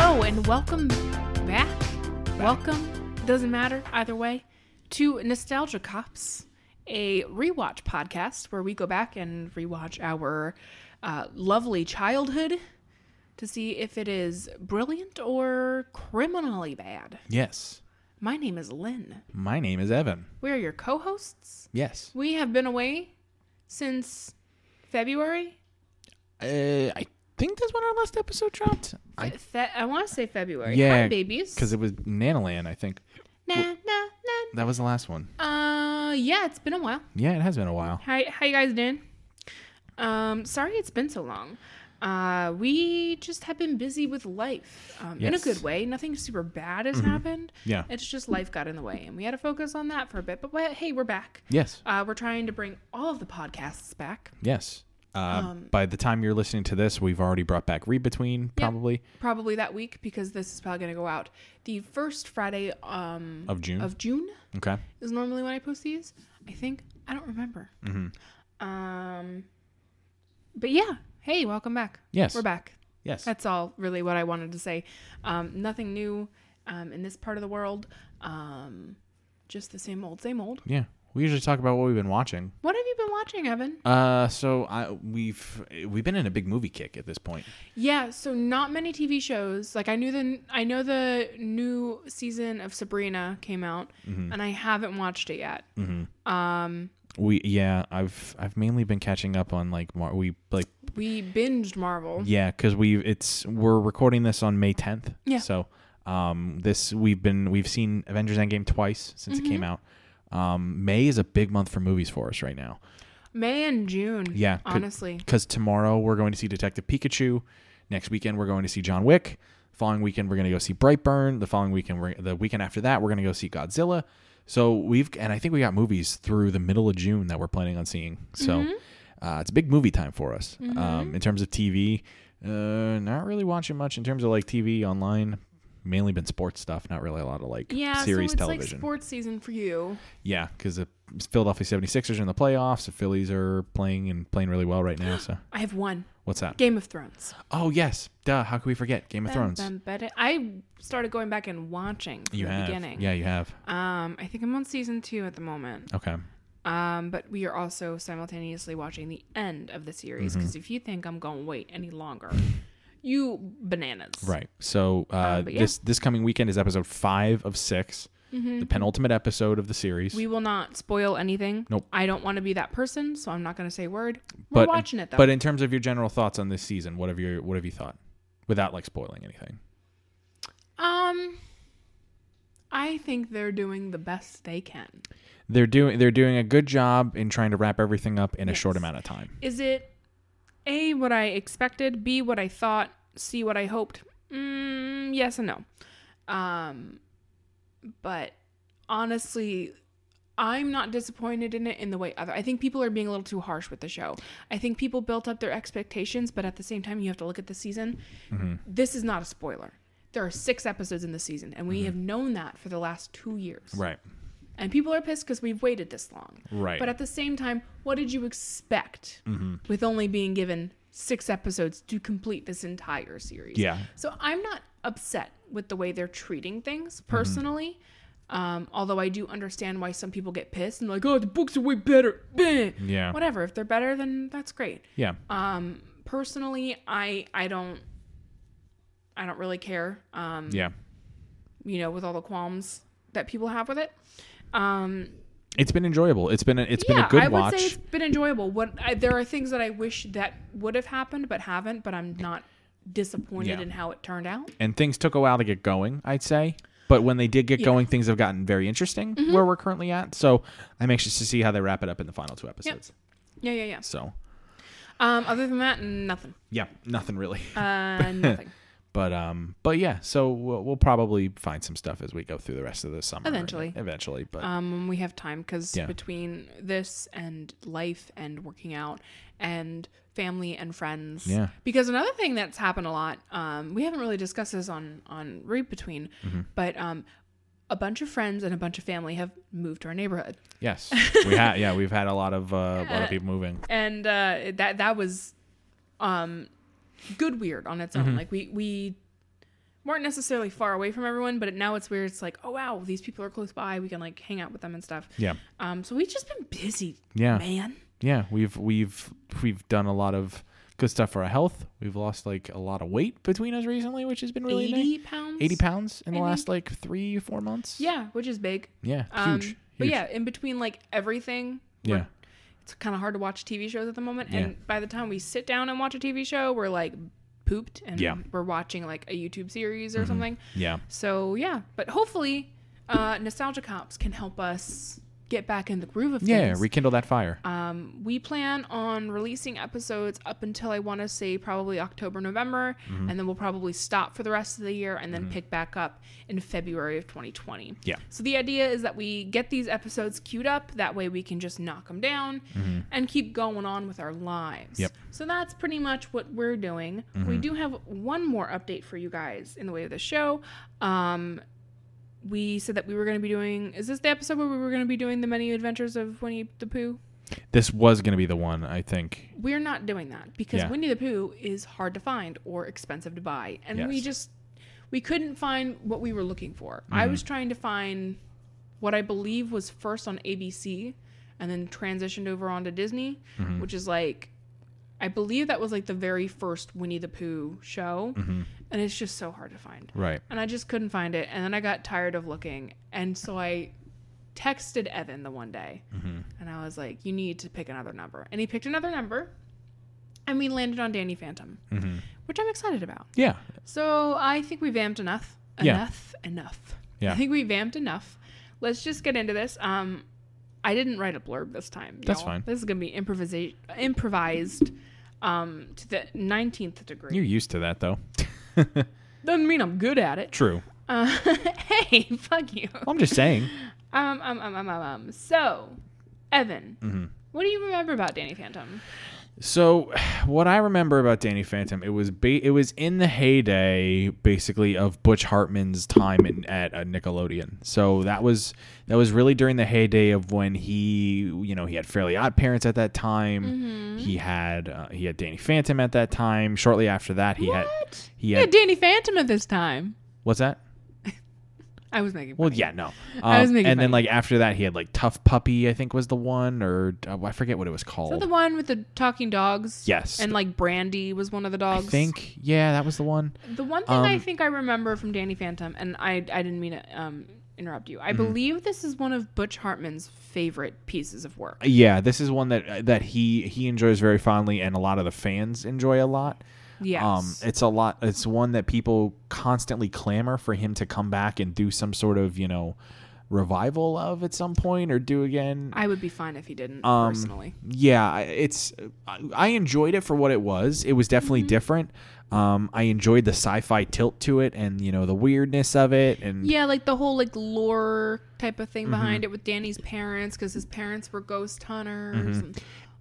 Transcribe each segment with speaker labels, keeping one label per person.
Speaker 1: Welcome back. Welcome, doesn't matter either way, to Nostalgia Cops, a rewatch podcast where we go back and rewatch our uh, lovely childhood to see if it is brilliant or criminally bad.
Speaker 2: Yes.
Speaker 1: My name is Lynn.
Speaker 2: My name is Evan.
Speaker 1: We are your co hosts.
Speaker 2: Yes.
Speaker 1: We have been away since February.
Speaker 2: Uh, I think that's when our last episode dropped. I
Speaker 1: Fe- I want to say February.
Speaker 2: Yeah,
Speaker 1: Hi, babies.
Speaker 2: because it was Nanaland. I think
Speaker 1: Nah, nah, nah,
Speaker 2: that was the last one.
Speaker 1: Uh, yeah, it's been a while.
Speaker 2: Yeah, it has been a while.
Speaker 1: Hi, how you guys doing? Um, sorry it's been so long. Uh, we just have been busy with life, um, in a
Speaker 2: Yes. Mm-hmm.
Speaker 1: good way. Nothing super bad has happened.
Speaker 2: Yeah.
Speaker 1: it's just life got in the way, and we had to focus on that for a bit. But we- hey, we're back.
Speaker 2: Yes.
Speaker 1: Uh, we're trying to bring all of the podcasts back,
Speaker 2: Yes. Uh, by the time you're listening to this, we've already brought back Read Between, probably
Speaker 1: probably that week because this is probably going to go out the first Friday um,
Speaker 2: of June.
Speaker 1: of June.
Speaker 2: okay.
Speaker 1: is normally when I post these. I think I don't remember.
Speaker 2: Mm-hmm.
Speaker 1: Um, but yeah, hey, welcome back.
Speaker 2: Yes.
Speaker 1: we're back.
Speaker 2: Yes.
Speaker 1: That's all really what I wanted to say. Um, nothing new um, in this part of the world. Um, just the same old, same old.
Speaker 2: yeah. We usually talk about what we've been watching.
Speaker 1: What have you been watching, Evan?
Speaker 2: Uh, so I we've we've been in a big movie kick at this point.
Speaker 1: Yeah, so not many TV shows. Like I knew the I know the new season of Sabrina came out, and I haven't watched it yet. Um,
Speaker 2: We yeah, I've I've mainly been catching up on like Mar- we like
Speaker 1: we binged Marvel.
Speaker 2: Yeah, because we it's we're recording this on May 10th.
Speaker 1: Yeah.
Speaker 2: So um, this we've been we've seen Avengers Endgame twice since
Speaker 1: Mm-hmm.
Speaker 2: it came out. Um, May is a big month for movies for us right now.
Speaker 1: May and June.
Speaker 2: Yeah, could-
Speaker 1: honestly.
Speaker 2: Because tomorrow we're going to see Detective Pikachu. Next weekend we're going to see John Wick. Following weekend we're going to go see Brightburn. The following weekend we're, the weekend after that we're going to go see Godzilla. So we've and I think we got movies through the middle of June that we're planning on seeing. So
Speaker 1: Mm-hmm.
Speaker 2: uh, it's big movie time for us. Um, in terms of TV, uh, not really watching much in terms of like TV online. Mainly been sports stuff. Not really a lot of like
Speaker 1: yeah, so
Speaker 2: series
Speaker 1: it's
Speaker 2: television.
Speaker 1: like sports season for you.
Speaker 2: yeah, because the Philadelphia 76ers are in the playoffs. The Phillies are playing and playing really well right now. So
Speaker 1: I have one
Speaker 2: What's that?
Speaker 1: Game of Thrones.
Speaker 2: Oh yes, duh. How could we forget Game of Thrones?
Speaker 1: Bam, bam, bam. I started going back and watching from
Speaker 2: you
Speaker 1: the
Speaker 2: have,
Speaker 1: beginning. Oh.
Speaker 2: yeah, you have.
Speaker 1: Um, I think I'm on season two at the moment.
Speaker 2: Okay,
Speaker 1: Um, but we are also simultaneously watching the end of the series
Speaker 2: Mm-hmm.
Speaker 1: because if you think I'm going to wait any longer, you bananas.
Speaker 2: right. So uh,
Speaker 1: Um, but yeah. Mm-hmm.
Speaker 2: this this coming weekend is episode five of 6 the penultimate episode of the series.
Speaker 1: We will not spoil anything.
Speaker 2: Nope.
Speaker 1: I don't want to be that person, so I'm not going to say a word. We're
Speaker 2: but
Speaker 1: watching it though.
Speaker 2: But in terms of your general thoughts on this season, what have you what have you thought, without like spoiling anything?
Speaker 1: um, I think they're doing the best they can.
Speaker 2: They're doing they're doing a good job in trying to wrap everything up in a short
Speaker 1: Yes.
Speaker 2: amount of time.
Speaker 1: is it a what i expected b what i thought c what i hoped mm, yes and no um but honestly i'm not disappointed in it in the way other i think people are being a little too harsh with the show i think people built up their expectations but at the same time you have to look at the season this is not a spoiler there are six episodes in the season and we have known that for the last two years
Speaker 2: Right.
Speaker 1: and people are pissed because we've waited this long
Speaker 2: Right. Mm-hmm.
Speaker 1: but at the same time, what did you expect with only being given six episodes to complete this entire series?
Speaker 2: Yeah.
Speaker 1: So I'm not upset with the way they're treating things
Speaker 2: Mm-hmm.
Speaker 1: personally. Um, although I do understand why some people get pissed and like, oh, the books are way better. Bleh.
Speaker 2: Yeah.
Speaker 1: Whatever. If they're better, then that's great.
Speaker 2: Yeah.
Speaker 1: Um, personally, I I don't I don't really care. Um,
Speaker 2: yeah.
Speaker 1: you know, with all the qualms that people have with it. Um,
Speaker 2: It's been enjoyable. It's been a, it's been
Speaker 1: yeah,
Speaker 2: a good
Speaker 1: I would
Speaker 2: watch.
Speaker 1: say it's been enjoyable. What I, there are things that I wish that would have happened but haven't, but I'm not disappointed
Speaker 2: Yeah.
Speaker 1: in how it turned out.
Speaker 2: and things took a while to get going, I'd say. But when they did get going, things have gotten very interesting
Speaker 1: Mm-hmm.
Speaker 2: where we're currently at. So I'm anxious to see how they wrap it up in the final two episodes.
Speaker 1: Yeah, yeah, yeah.
Speaker 2: So
Speaker 1: Um, other than that, nothing.
Speaker 2: yeah, nothing really.
Speaker 1: Uh, nothing.
Speaker 2: But um, but yeah, so we'll, we'll probably find some stuff as we go through the rest of the summer.
Speaker 1: Eventually.
Speaker 2: eventually, but
Speaker 1: Um, when we have time because
Speaker 2: Yeah.
Speaker 1: between this and life and working out and family and friends.
Speaker 2: Yeah.
Speaker 1: Because another thing that's happened a lot, um, we haven't really discussed this on on read between,
Speaker 2: Mm-hmm.
Speaker 1: but um, a bunch of friends and a bunch of family have moved to our neighborhood.
Speaker 2: yes, we had yeah, we've had a lot of uh, a lot of people moving.
Speaker 1: and uh,
Speaker 2: Mm-hmm.
Speaker 1: that that was um, good weird on its own. Like we we weren't necessarily far away from everyone, but now it's weird. It's like, oh wow, these people are close by. We can like hang out with them and stuff.
Speaker 2: Yeah.
Speaker 1: Um, so we've just been busy,
Speaker 2: Yeah.
Speaker 1: man.
Speaker 2: yeah we've we've we've done a lot of good stuff for our health we've lost like a lot of weight between us recently which has been really nice
Speaker 1: Eighty pounds.
Speaker 2: 80 pounds in the
Speaker 1: I
Speaker 2: last like three four months
Speaker 1: Yeah, which is big.
Speaker 2: yeah
Speaker 1: Um,
Speaker 2: huge, huge.
Speaker 1: But yeah, in between like everything,
Speaker 2: yeah
Speaker 1: we're- it's kind of hard to watch TV shows at the moment.
Speaker 2: Yeah.
Speaker 1: And by the time we sit down and watch a TV show, we're like pooped and
Speaker 2: Yeah. Mm-hmm.
Speaker 1: we're watching like a YouTube series or something.
Speaker 2: yeah
Speaker 1: So yeah, but hopefully, uh, nostalgia cops can help us get back in the groove of
Speaker 2: yeah
Speaker 1: things.
Speaker 2: rekindle that fire
Speaker 1: Um, we plan on releasing episodes up until I want to say probably October, November, and then we'll probably stop for the rest of the year and then pick back up in February of 2020.
Speaker 2: Yeah.
Speaker 1: So the idea is that we get these episodes queued up. That way we can just knock them down and keep going on with our lives.
Speaker 2: Mm-hmm. Yep. Mm-hmm.
Speaker 1: So that's pretty much what we're doing. We do have one more update for you guys in the way of the show. Um, we said that we were going to be doing. Is this the episode where we were going to be doing the many adventures of Winnie the Pooh?
Speaker 2: this was gonna be the one i think
Speaker 1: we're not doing that because
Speaker 2: Yeah.
Speaker 1: Winnie the Pooh is hard to find or expensive to buy, and we
Speaker 2: Yes.
Speaker 1: just we couldn't find what we were looking for.
Speaker 2: Mm-hmm.
Speaker 1: I was trying to find what I believe was first on ABC and then transitioned over onto Disney,
Speaker 2: Mm-hmm.
Speaker 1: which is like I believe that was like the very first Winnie the Pooh show,
Speaker 2: Mm-hmm.
Speaker 1: and it's just so hard to find.
Speaker 2: right
Speaker 1: And I just couldn't find it, and then I got tired of looking, and so I texted Evan the one day.
Speaker 2: Mm-hmm.
Speaker 1: And I was like, you need to pick another number. And he picked another number. And we landed on Danny Phantom,
Speaker 2: Mm-hmm.
Speaker 1: which I'm excited about.
Speaker 2: yeah
Speaker 1: So I think we vamped enough.
Speaker 2: Yeah.
Speaker 1: Enough. Enough.
Speaker 2: Yeah.
Speaker 1: I think we vamped enough. Let's just get into this. Um, I didn't write a blurb this time.
Speaker 2: That's
Speaker 1: y'all.
Speaker 2: fine.
Speaker 1: This is going to be improvisa- improvised um, to the 19th degree.
Speaker 2: you're used to that though
Speaker 1: Doesn't mean I'm good at it.
Speaker 2: true
Speaker 1: Uh, hey, fuck you.
Speaker 2: i'm just saying
Speaker 1: Um, um, um, um, um, um. So, Evan,
Speaker 2: Mm-hmm.
Speaker 1: what do you remember about Danny Phantom?
Speaker 2: So, what I remember about Danny Phantom, it was ba- it was in the heyday, basically, of Butch Hartman's time in, at uh, Nickelodeon. So that was that was really during the heyday of when he, you know, he had Fairly Odd Parents at that time.
Speaker 1: Mm-hmm.
Speaker 2: He had uh, he had Danny Phantom at that time. Shortly after that, he had
Speaker 1: What?
Speaker 2: he
Speaker 1: Yeah,
Speaker 2: had
Speaker 1: Danny Phantom at this time.
Speaker 2: what's that?
Speaker 1: I was making.
Speaker 2: Well, yeah, no.
Speaker 1: I was
Speaker 2: Um,
Speaker 1: making
Speaker 2: and then
Speaker 1: fun.
Speaker 2: like after that, he had like Tough Puppy, I think was the one, or uh, I forget what it was
Speaker 1: Is that
Speaker 2: called.
Speaker 1: the one with the talking dogs?
Speaker 2: Yes.
Speaker 1: And like Brandy was one of the dogs.
Speaker 2: I think yeah, that was the one.
Speaker 1: the one thing I
Speaker 2: um,
Speaker 1: think I remember from Danny Phantom, and I I didn't mean to um interrupt you. I
Speaker 2: Mm-hmm.
Speaker 1: believe this is one of Butch Hartman's favorite pieces of work.
Speaker 2: Yeah, this is one that that he he enjoys very fondly, and a lot of the fans enjoy a lot.
Speaker 1: Yes.
Speaker 2: Um, it's a lot. It's one that people constantly clamor for him to come back and do some sort of you know revival of at some point or do again.
Speaker 1: I would be fine if he didn't
Speaker 2: Um,
Speaker 1: personally.
Speaker 2: Yeah, I- it's I- I enjoyed it for what it was. It was definitely
Speaker 1: Mm-hmm.
Speaker 2: different. Um, I enjoyed the sci-fi tilt to it, and you know the weirdness of it, and
Speaker 1: Yeah, like the whole like lore type of thing
Speaker 2: Mm-hmm.
Speaker 1: behind it with Danny's parents because his parents were ghost hunters and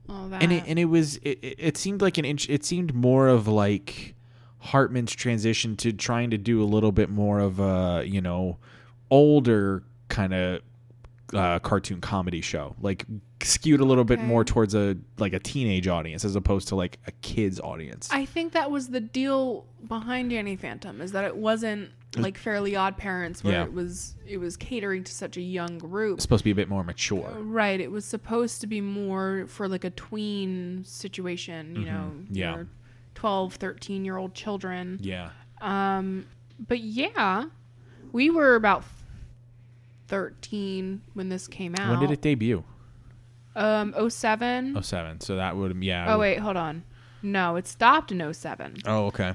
Speaker 1: all that.
Speaker 2: Mm-hmm. and it, and it was it, it it seemed like an inch it seemed more of like hartman's transition to trying to do a little bit more of a you know older kind of uh, cartoon comedy show like skewed a little bit
Speaker 1: Okay.
Speaker 2: more towards a like a teenage audience as opposed to like a kids audience
Speaker 1: I think that was the deal behind Danny Phantom is that it wasn't like Fairly Odd Parents where
Speaker 2: Yeah.
Speaker 1: it was it was catering to such a young group.
Speaker 2: it's supposed to be a bit more mature
Speaker 1: Right, it was supposed to be more for like a tween situation, you know,
Speaker 2: Mm-hmm. yeah.
Speaker 1: your 12, 13 year old children.
Speaker 2: yeah
Speaker 1: Um but yeah, we were about 13 when this came out.
Speaker 2: when did it debut
Speaker 1: Um 07.
Speaker 2: Oh seven. so that would yeah
Speaker 1: Oh wait, hold on. No, it stopped in 07.
Speaker 2: oh okay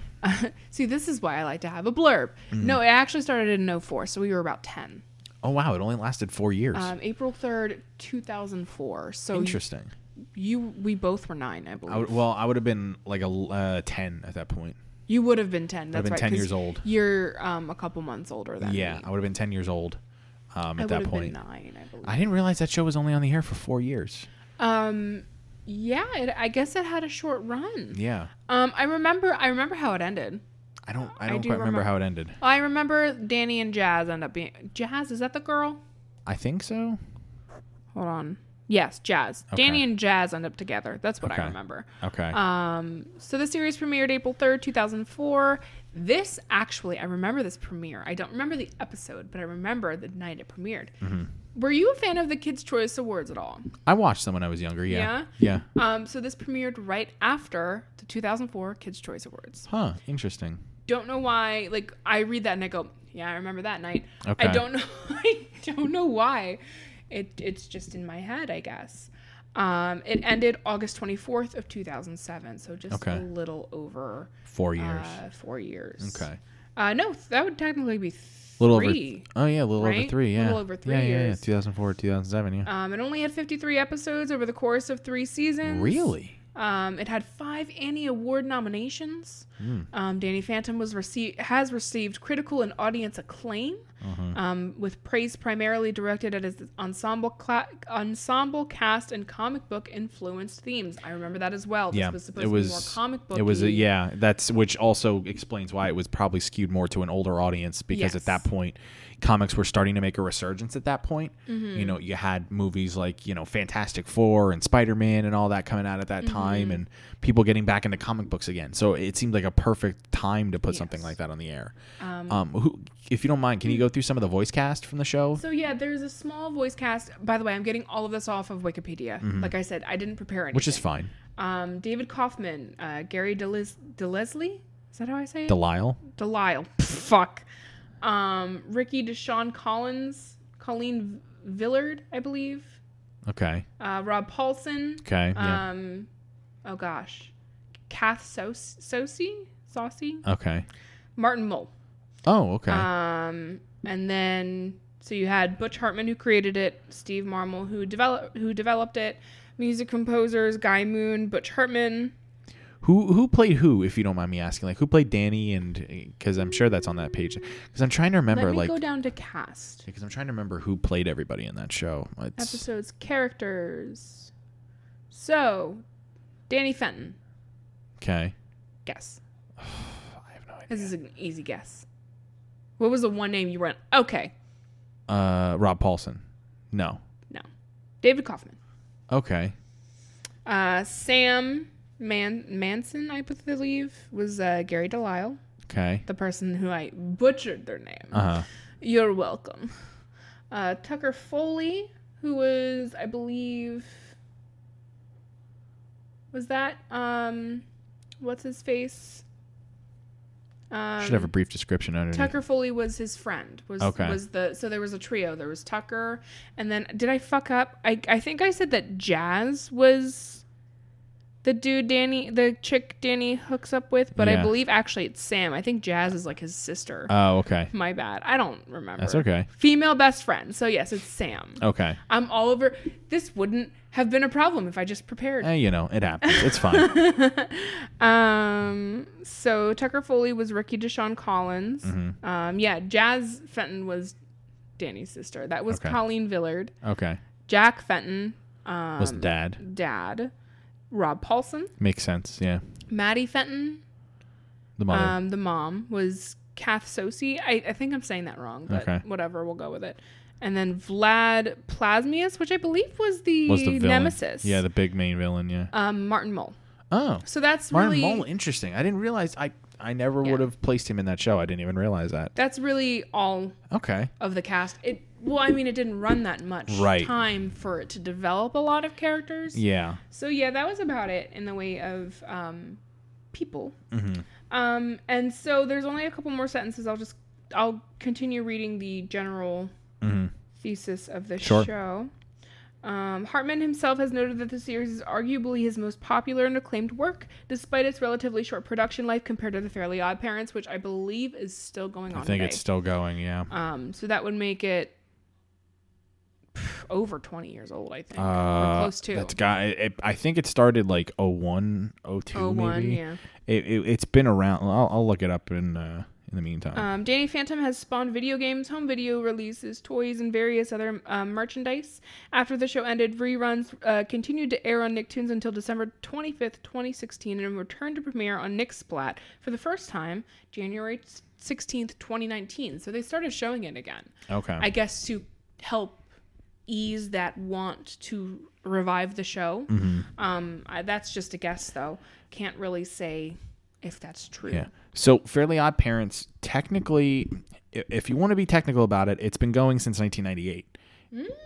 Speaker 1: See, this is why I like to have a blurb.
Speaker 2: Mm-hmm.
Speaker 1: No, it actually started in 04, so we were about 10.
Speaker 2: oh wow it only lasted four years
Speaker 1: Um, April 3rd, 2004. So oh, you,
Speaker 2: interesting
Speaker 1: we both were 9, I believe.
Speaker 2: I would, well i would have been like a l- uh, 10 at that point
Speaker 1: you would have been 10. That's
Speaker 2: been
Speaker 1: right.
Speaker 2: 10
Speaker 1: 'cause
Speaker 2: years old.
Speaker 1: You're um, a couple months older than
Speaker 2: Yeah,
Speaker 1: me.
Speaker 2: I would have been 10 years old um,
Speaker 1: I
Speaker 2: at
Speaker 1: would
Speaker 2: that
Speaker 1: have
Speaker 2: point.
Speaker 1: been 9, I believe.
Speaker 2: I didn't realize that show was only on the air for four years.
Speaker 1: um yeah, it, I guess it had a short run.
Speaker 2: Yeah.
Speaker 1: Um I remember I remember how it ended.
Speaker 2: I don't I
Speaker 1: I
Speaker 2: don't
Speaker 1: do
Speaker 2: quite remember
Speaker 1: remem-
Speaker 2: how it ended.
Speaker 1: I remember Danny and Jazz end up being Jazz is that the girl?
Speaker 2: I think so.
Speaker 1: Hold on. Yes, Jazz.
Speaker 2: Okay.
Speaker 1: Danny and Jazz end up together. That's what
Speaker 2: Okay.
Speaker 1: I remember.
Speaker 2: Okay.
Speaker 1: Um, so the series premiered April 3rd, 2004. This actually, I remember this premiere. I don't remember the episode, but I remember the night it premiered.
Speaker 2: Mm-hmm.
Speaker 1: Were you a fan of the Kids' Choice Awards at all?
Speaker 2: I watched them when I was younger. Yeah. Yeah.
Speaker 1: Um, so this premiered right after the 2004 Kids' Choice Awards.
Speaker 2: Huh. Interesting.
Speaker 1: Don't know why. Like I read that and I go, yeah, I remember that night.
Speaker 2: Okay.
Speaker 1: I don't know. I don't know why. It it's just in my head, I guess. Um, it ended August 24th of 2007, so just
Speaker 2: Okay.
Speaker 1: a little over
Speaker 2: Four years.
Speaker 1: uh, four years.
Speaker 2: okay.
Speaker 1: Uh, no, that would technically be
Speaker 2: A little
Speaker 1: three.
Speaker 2: over. Oh yeah, a little over
Speaker 1: right?
Speaker 2: three.
Speaker 1: A
Speaker 2: Yeah.
Speaker 1: little over three
Speaker 2: yeah, Yeah, yeah.
Speaker 1: years.
Speaker 2: 2004, 2007. Yeah.
Speaker 1: Um, it only had 53 episodes over the course of three seasons.
Speaker 2: really?
Speaker 1: Um, it had five Annie Award nominations.
Speaker 2: Hmm.
Speaker 1: Um, Danny Phantom was received has received critical and audience acclaim,
Speaker 2: Uh-huh.
Speaker 1: um, with praise primarily directed at his ensemble cla- ensemble cast and comic book influenced themes. I remember that as well.
Speaker 2: yeah.
Speaker 1: This was supposed
Speaker 2: it was.
Speaker 1: to be more comic book.
Speaker 2: It was. A, yeah. That's which also explains why it was probably skewed more to an older audience because at
Speaker 1: Yes.
Speaker 2: that point, comics were starting to make a resurgence. At that point,
Speaker 1: Mm-hmm.
Speaker 2: you know, you had movies like you know Fantastic Four and Spider Man and all that coming out at that
Speaker 1: Mm-hmm.
Speaker 2: time, and people getting back into comic books again. So it seemed like a perfect time to put something
Speaker 1: Yes. hmm.
Speaker 2: like that on the air. Um, who, if you don't mind, can you go through some of the voice cast from the show?
Speaker 1: So yeah, there's a small voice cast. By the way, I'm getting all of this off of Wikipedia. Like I said, I didn't prepare anything.
Speaker 2: Mm-hmm. which is fine.
Speaker 1: um, David Kaufman, uh, Gary Delis- DeLeslie. Is that how I say it?
Speaker 2: Delisle.
Speaker 1: Delisle. Fuck. Um, Ricky Deshaun Collins, Colleen Villard, I believe.
Speaker 2: Okay.
Speaker 1: Uh, Rob Paulson.
Speaker 2: Okay. yeah.
Speaker 1: Um, oh gosh, Kath Sos- Sosi, Saucy,
Speaker 2: Okay.
Speaker 1: Martin Mull.
Speaker 2: Oh, okay.
Speaker 1: Um, and then so you had Butch Hartman who created it, Steve Marmol who developed who developed it, music composers Guy Moon, Butch Hartman.
Speaker 2: who who played who? If you don't mind me asking, like who played Danny and because I'm sure that's on that page. Because I'm trying to
Speaker 1: Let
Speaker 2: remember,
Speaker 1: me
Speaker 2: like,
Speaker 1: go down to cast
Speaker 2: because I'm trying to remember who played everybody in that show. It's,
Speaker 1: episodes, characters. So, Danny Fenton.
Speaker 2: okay.
Speaker 1: Guess
Speaker 2: I have no idea.
Speaker 1: this is an easy guess. What was the one name you went? Okay,
Speaker 2: Uh, Rob Paulson. No.
Speaker 1: no, David Kaufman,
Speaker 2: Okay.
Speaker 1: uh, Sam Man- Manson, I believe, was uh, Gary Delisle.
Speaker 2: Okay.
Speaker 1: the person who I butchered their name.
Speaker 2: Uh huh.
Speaker 1: You're welcome. Uh, Tucker Foley, who was, I believe, was that um, what's his face? Um,
Speaker 2: Should have a brief description underneath.
Speaker 1: Tucker Foley was his friend. Was
Speaker 2: Okay.
Speaker 1: was the so there was a trio. There was Tucker, and then did I fuck up? I I think I said that Jazz was the dude Danny, the chick Danny hooks up with, but
Speaker 2: Yeah.
Speaker 1: I believe actually it's Sam. I think Jazz is like his sister.
Speaker 2: Oh, okay.
Speaker 1: My bad. I don't remember.
Speaker 2: That's okay.
Speaker 1: Female best friend. So yes, it's Sam.
Speaker 2: Okay.
Speaker 1: I'm all over. This wouldn't have been a problem if I just prepared.
Speaker 2: Eh, you know, it happens. It's fine.
Speaker 1: Um. So Tucker Foley was Ricky Deshaun Collins. Um. Yeah. Jazz Fenton was Danny's sister. That was
Speaker 2: Okay.
Speaker 1: Colleen Villard.
Speaker 2: Okay.
Speaker 1: Jack Fenton. Um.
Speaker 2: Was Dad
Speaker 1: dad. Rob Paulson.
Speaker 2: makes sense? Yeah.
Speaker 1: Maddie Fenton.
Speaker 2: The mother.
Speaker 1: Um. The mom was Kath Sosi. I, I think I'm saying that wrong, but
Speaker 2: Okay.
Speaker 1: whatever. We'll go with it. And then Vlad Plasmius, which I believe was the,
Speaker 2: was the villain.
Speaker 1: nemesis.
Speaker 2: Yeah, the big main villain. Yeah.
Speaker 1: um. Martin Mull.
Speaker 2: Oh.
Speaker 1: So that's
Speaker 2: Martin
Speaker 1: really.
Speaker 2: Mull, interesting. I didn't realize I I never
Speaker 1: Yeah.
Speaker 2: would have placed him in that show. I didn't even realize that.
Speaker 1: That's really all
Speaker 2: Okay.
Speaker 1: of the cast. It well, I mean, it didn't run that much
Speaker 2: Right.
Speaker 1: time for it to develop a lot of characters.
Speaker 2: Yeah.
Speaker 1: So yeah, that was about it in the way of um, people.
Speaker 2: Mm-hmm.
Speaker 1: Um, and so there's only a couple more sentences. I'll just I'll continue reading the general thesis of the
Speaker 2: Mm-hmm. Sure.
Speaker 1: show. Um, Hartman himself has noted that the series is arguably his most popular and acclaimed work, despite its relatively short production life compared to The Fairly Odd Parents, which I believe is still going on.
Speaker 2: I think
Speaker 1: today.
Speaker 2: it's still going. Yeah.
Speaker 1: Um, so that would make it pff, over 20 years old, I think. Or
Speaker 2: Uh,
Speaker 1: close to.
Speaker 2: That's got. It, I think it started like 01, 02
Speaker 1: 01,
Speaker 2: maybe.
Speaker 1: Oh, yeah.
Speaker 2: It, it it's been around. I'll, I'll look it up in uh, in the meantime.
Speaker 1: Um, Danny Phantom has spawned video games, home video releases, toys, and various other um, merchandise. After the show ended, reruns uh, continued to air on Nicktoons until December 25th, 2016, and returned to premiere on Nicksplat for the first time January 16th, 2019. So they started showing it again,
Speaker 2: okay.
Speaker 1: I guess to help ease that want to revive the show. Um, I, that's just a guess, though. Can't really say if that's true.
Speaker 2: Yeah. So Fairly Odd Parents, technically, i- if you want to be technical about it, it's been going since 1998.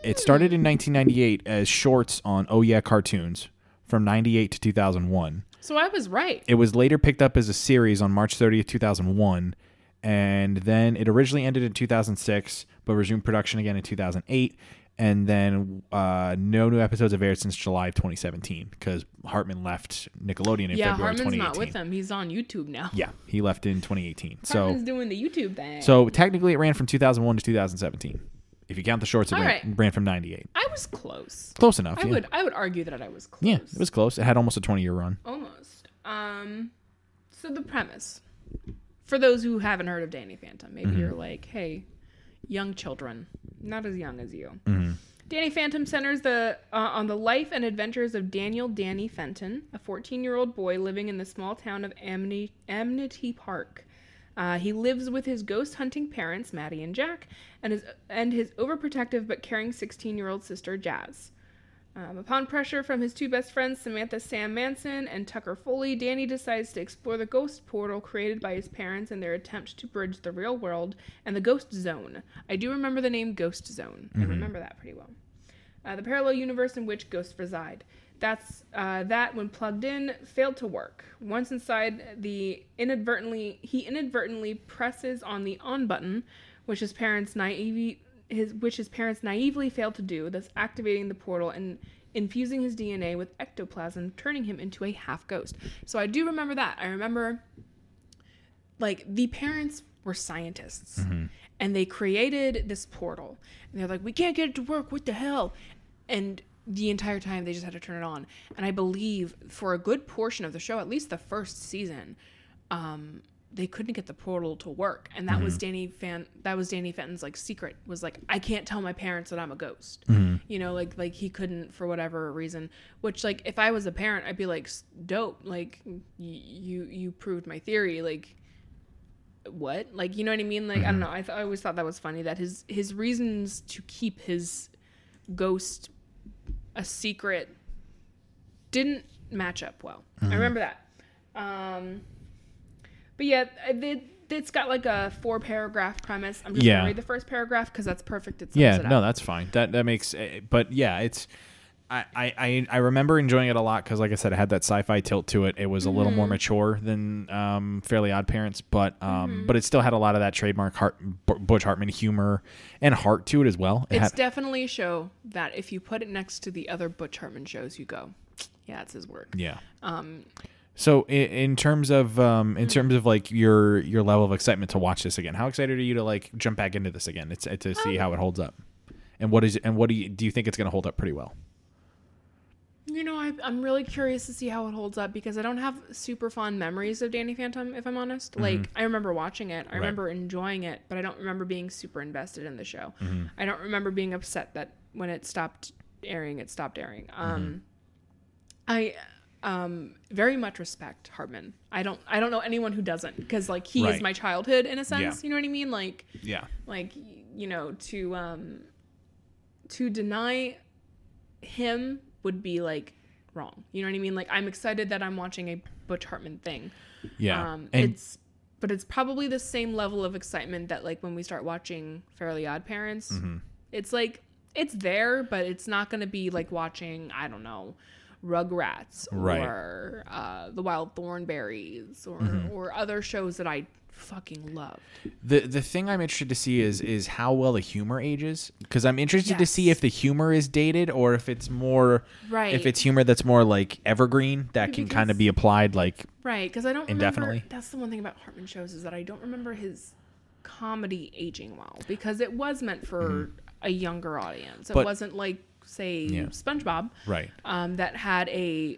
Speaker 2: It started
Speaker 1: Mm.
Speaker 2: in 1998 as shorts on Oh Yeah Cartoons from 98 to 2001.
Speaker 1: So I was right.
Speaker 2: It was later picked up as a series on March 30th, 2001. And then it originally ended in 2006, but resumed production again in 2008. And then uh, no new episodes have aired since July of 2017 because Hartman left Nickelodeon in
Speaker 1: yeah,
Speaker 2: February
Speaker 1: Hartman's
Speaker 2: 2018.
Speaker 1: not with them. He's on YouTube now.
Speaker 2: Yeah, he left in 2018. so
Speaker 1: Hartman's doing the YouTube thing.
Speaker 2: so technically, it ran from 2001 to 2017. If you count the shorts, it
Speaker 1: All
Speaker 2: ran,
Speaker 1: right.
Speaker 2: ran from 98.
Speaker 1: I was close.
Speaker 2: Close enough.
Speaker 1: I
Speaker 2: yeah.
Speaker 1: would I would argue that I was close.
Speaker 2: Yeah, it was close. It had almost a 20 year run.
Speaker 1: Almost. Um, so the premise, for those who haven't heard of Danny Phantom, maybe you're like, hey, young children, not as young as you. Danny Phantom centers the uh, on the life and adventures of Daniel Danny Fenton, a 14-year-old boy living in the small town of Amity, Amity Park. Uh, he lives with his ghost hunting parents, Maddie and Jack, and his and his overprotective but caring 16-year-old sister, Jazz. Um, upon pressure from his two best friends, Samantha Sam Manson and Tucker Foley, Danny decides to explore the ghost portal created by his parents in their attempt to bridge the real world and the ghost zone. I do remember the name Ghost Zone. I remember that pretty well. Uh, the parallel universe in which ghosts reside. That's uh, that when plugged in failed to work. Once inside, the inadvertently he inadvertently presses on the on button, which his parents naive his which his parents naively failed to do, thus activating the portal and infusing his DNA with ectoplasm, turning him into a half ghost. So I do remember that. I remember like the parents were scientists and they created this portal and they're like we can't get it to work what the hell and the entire time they just had to turn it on and i believe for a good portion of the show at least the first season um they couldn't get the portal to work and that was danny fan that was danny fenton's like secret was like i can't tell my parents that i'm a ghost you know like like he couldn't for whatever reason which like if i was a parent i'd be like "S- dope like y- you you proved my theory like what like you know what i mean like i
Speaker 2: Mm-hmm.
Speaker 1: don't know I, th- I always thought that was funny that his his reasons to keep his ghost a secret didn't match up well
Speaker 2: Mm-hmm.
Speaker 1: i remember that um but yeah it, it's got like a four paragraph premise i'm just
Speaker 2: Yeah.
Speaker 1: gonna read the first paragraph because that's perfect it sums
Speaker 2: Yeah,
Speaker 1: it up.
Speaker 2: no, that's fine. That that makes. eh, But yeah, it's. I, I- I, I remember enjoying it a lot because, like I said, it had that sci-fi tilt to it. It was a little
Speaker 1: Mm-hmm.
Speaker 2: more mature than um, Fairly Odd Parents, but um,
Speaker 1: Mm-hmm.
Speaker 2: but it still had a lot of that trademark Hart, B- Butch Hartman humor and heart to it as well. It
Speaker 1: It's
Speaker 2: had,
Speaker 1: definitely a show that if you put it next to the other Butch Hartman shows, you go, yeah, it's his work.
Speaker 2: Yeah. Um. So in, in terms of um
Speaker 1: Mm-hmm.
Speaker 2: in terms of like your your level of excitement to watch this again, how excited are you to like jump back into this again? It's to
Speaker 1: Um,
Speaker 2: see how it holds up, and what is and what do you do you think it's going to hold up pretty well?
Speaker 1: You know, I, I'm really curious to see how it holds up because I don't have super fond memories of Danny Phantom, if I'm honest. Like, I remember watching it, I remember enjoying it, but I don't remember being super invested in the show. I don't remember being upset that when it stopped airing, it stopped airing. Um, I um, very much respect Hartman. I don't I don't know anyone who doesn't because like he
Speaker 2: Right.
Speaker 1: is my childhood in a sense. You know what I mean? Like
Speaker 2: Yeah.
Speaker 1: like you know to um to deny him would be like wrong you know what i mean like i'm excited that i'm watching a butch hartman thing
Speaker 2: Yeah.
Speaker 1: um
Speaker 2: and
Speaker 1: it's but it's probably the same level of excitement that like when we start watching fairly odd parents
Speaker 2: Mm-hmm.
Speaker 1: it's like it's there but it's not going to be like watching i don't know rugrats
Speaker 2: Right.
Speaker 1: or uh, the wild thornberries or
Speaker 2: Mm-hmm.
Speaker 1: or other shows that i fucking love
Speaker 2: the the thing I'm interested to see is is how well the humor ages because I'm interested to see
Speaker 1: Yes.
Speaker 2: if the humor is dated or if it's more
Speaker 1: Right.
Speaker 2: if it's humor that's more like evergreen that can kind of
Speaker 1: Because-
Speaker 2: be applied like
Speaker 1: Right, because I don't
Speaker 2: Indefinitely?
Speaker 1: remember. That's the one thing about Hartman shows is that I don't remember his comedy aging well because it was meant for a younger audience. It
Speaker 2: Mm-hmm. But-
Speaker 1: wasn't like say
Speaker 2: Yeah.
Speaker 1: SpongeBob,
Speaker 2: right
Speaker 1: um, that had a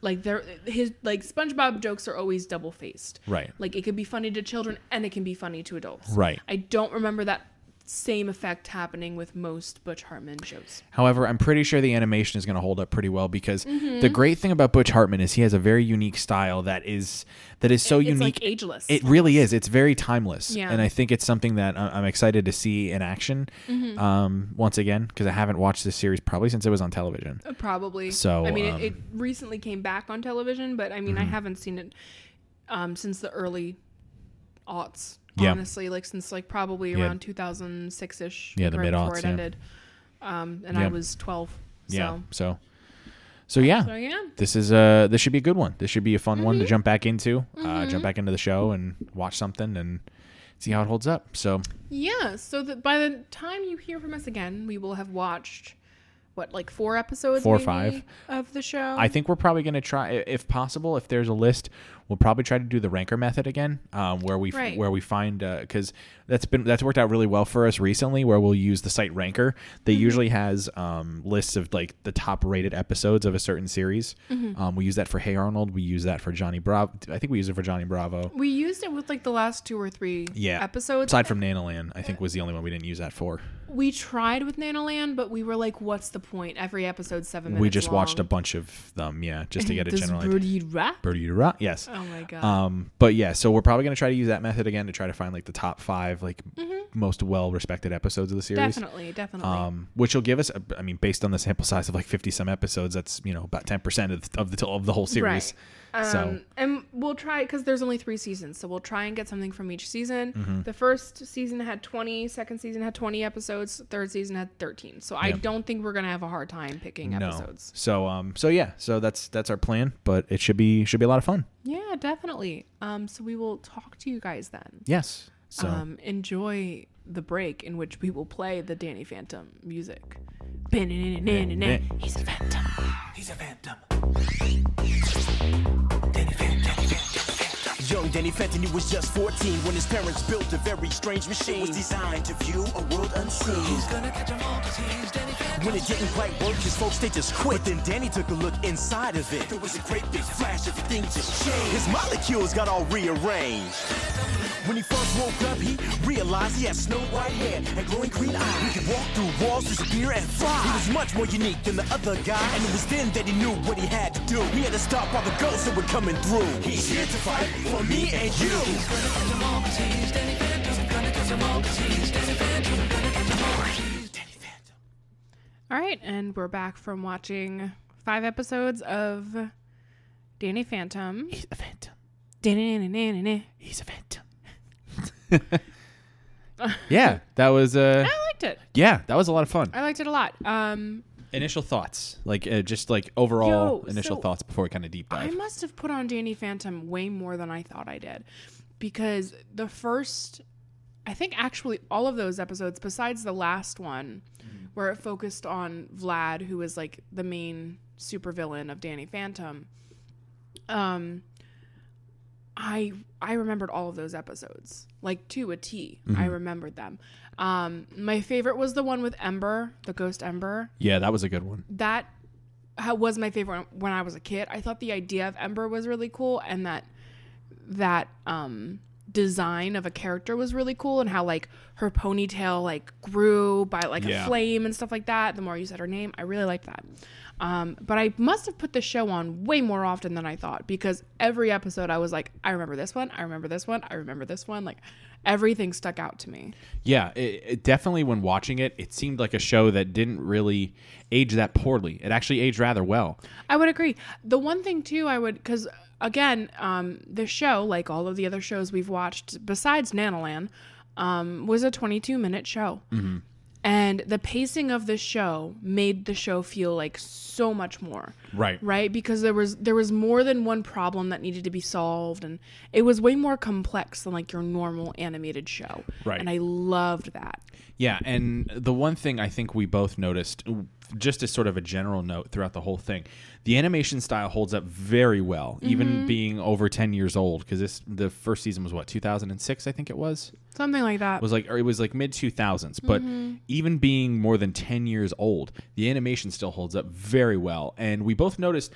Speaker 1: like there his like SpongeBob jokes are always double faced.
Speaker 2: Right.
Speaker 1: Like it could be funny to children and it can be funny to adults.
Speaker 2: Right.
Speaker 1: I don't remember that same effect happening with most Butch Hartman shows.
Speaker 2: However, I'm pretty sure the animation is going to hold up pretty well because
Speaker 1: Mm-hmm.
Speaker 2: the great thing about Butch Hartman is he has a very unique style that is that is so
Speaker 1: It's
Speaker 2: unique.
Speaker 1: like ageless.
Speaker 2: it really is. It's very timeless,
Speaker 1: Yeah.
Speaker 2: and I think it's something that I- I'm excited to see in action
Speaker 1: Mm-hmm.
Speaker 2: um, once again because I haven't watched this series probably since it was on television.
Speaker 1: Uh, Probably.
Speaker 2: So,
Speaker 1: I mean,
Speaker 2: um, Mm-hmm.
Speaker 1: it, it recently came back on television, but I mean, I haven't seen it um, since the early aughts.
Speaker 2: Yeah.
Speaker 1: Honestly, like since like probably
Speaker 2: Yeah.
Speaker 1: around 2006 ish.
Speaker 2: Yeah, the mid-aughts, yeah.
Speaker 1: Um, and
Speaker 2: Yeah.
Speaker 1: I was 12. So.
Speaker 2: Yeah. So, so yeah.
Speaker 1: So yeah.
Speaker 2: This is a this should be a good one. This should be a fun one to jump back into, uh, jump back into the show and watch something and see how it holds up. So
Speaker 1: Yeah. So that by the time you hear from us again, we will have watched what like four episodes,
Speaker 2: Four or
Speaker 1: maybe,
Speaker 2: five.
Speaker 1: of the show.
Speaker 2: I think we're probably going to try, i- if possible, if there's a list, we'll probably try to do the ranker method again, um, where we f-
Speaker 1: Right.
Speaker 2: where we find because that's been that's worked out really well for us recently, where we'll use the site ranker. They usually has um, lists of like the top rated episodes of a certain series. Um, we use that for Hey Arnold. We use that for Johnny Bravo. I think we use it for Johnny Bravo.
Speaker 1: we used it with like the last two or three
Speaker 2: Yeah.
Speaker 1: episodes.
Speaker 2: Aside from Nanoland, I think was the only one we didn't use that for.
Speaker 1: We tried with Nanoland, but we were like, "What's the point? Every episode seven minutes."
Speaker 2: we just watched a
Speaker 1: long.
Speaker 2: bunch of them, yeah, just to get a
Speaker 1: Does
Speaker 2: general idea.
Speaker 1: Birdie rap?
Speaker 2: Birdie to rock, yes.
Speaker 1: Oh my god!
Speaker 2: Um, but yeah, so we're probably gonna try to use that method again to try to find like the top five like most well respected episodes of the series.
Speaker 1: Mm-hmm. definitely, definitely.
Speaker 2: Um, which will give us, I mean, based on the sample size of like fifty some episodes, that's you know about ten percent of the, of the of the whole series.
Speaker 1: Right.
Speaker 2: So
Speaker 1: Um, and we'll try because there's only three seasons, so we'll try and get something from each season.
Speaker 2: Mm-hmm.
Speaker 1: The first season had 20, second season had 20 episodes, third season had 13. So I
Speaker 2: Yeah.
Speaker 1: don't think we're gonna have a hard time picking
Speaker 2: no,
Speaker 1: episodes.
Speaker 2: so um, so yeah, so that's that's our plan, but it should be should be a lot of fun.
Speaker 1: Yeah, definitely. Um, so we will talk to you guys then.
Speaker 2: Yes. So
Speaker 1: Um, enjoy the break in which we will play the Danny Phantom music. He's a phantom.
Speaker 3: He's a phantom. Danny Phantom.
Speaker 4: Young Danny Fenton, he was just 14 when his parents built a very strange machine. It was designed to view a world unseen.
Speaker 3: He's gonna catch 'em all 'cause he's Danny Phantom.
Speaker 4: When it didn't quite work, his folks they just quit. But then Danny took a look inside of it. There was a great big flash, everything just changed. His molecules got all rearranged. When he first woke up, he realized he had snow white hair and glowing green eyes. He could walk through walls, disappear, and fly. He was much more unique than the other guy, and it was then that he knew what he had to do. He had to stop all the ghosts that were coming through. He's here to fight for me and you.
Speaker 3: Catch 'em all 'cause he's Danny Phantom. Gonna catch 'em all 'cause he's Danny Phantom. Gonna catch 'em all 'cause he's Danny Phantom.
Speaker 1: All right, and we're back from watching five episodes of Danny Phantom.
Speaker 2: he's a phantom.
Speaker 1: Da-na-na-na-na-na.
Speaker 2: He's a phantom. yeah, that was uh,
Speaker 1: I liked it.
Speaker 2: yeah, that was a lot of fun.
Speaker 1: I liked it a lot. Um,
Speaker 2: Initial thoughts, like uh, just like overall
Speaker 1: Yo,
Speaker 2: initial
Speaker 1: so-
Speaker 2: thoughts before we kind of deep
Speaker 1: I
Speaker 2: dive.
Speaker 1: must have put on Danny Phantom way more than I thought I did because the first, I think actually all of those episodes, besides the last one, where it focused on Vlad, who was like the main supervillain of Danny Phantom, um, I I remembered all of those episodes like to a T. I remembered them. Um, my favorite was the one with Ember, the ghost Ember
Speaker 2: yeah, that was a good one.
Speaker 1: that ha- was my favorite when I was a kid. I thought the idea of Ember was really cool, and that that um, design of a character was really cool, and how like her ponytail like grew by like
Speaker 2: Yeah.
Speaker 1: a flame and stuff like that. The more you said her name, I really liked that. Um, but I must have put the show on way more often than I thought because every episode I was like, I remember this one, I remember this one, I remember this one. Like everything stuck out to me.
Speaker 2: Yeah, it, it definitely when watching it, it seemed like a show that didn't really age that poorly. It actually aged rather well.
Speaker 1: I would agree. The one thing too, I would because again, um, the show, like all of the other shows we've watched besides Nanoland, um, was a 22 minute show,
Speaker 2: Mm-hmm.
Speaker 1: and the pacing of the show made the show feel like so much more
Speaker 2: Right.
Speaker 1: right because there was there was more than one problem that needed to be solved and it was way more complex than like your normal animated show
Speaker 2: Right.
Speaker 1: and i loved that
Speaker 2: Yeah, and the one thing I think we both noticed, just as sort of a general note throughout the whole thing, the animation style holds up very well, even being over ten years old. Because this the first season was what two thousand and six, I think it was.
Speaker 1: something like that
Speaker 2: was like or it was like mid 2000s but
Speaker 1: Mm-hmm.
Speaker 2: even being more than 10 years old the animation still holds up very well and we both noticed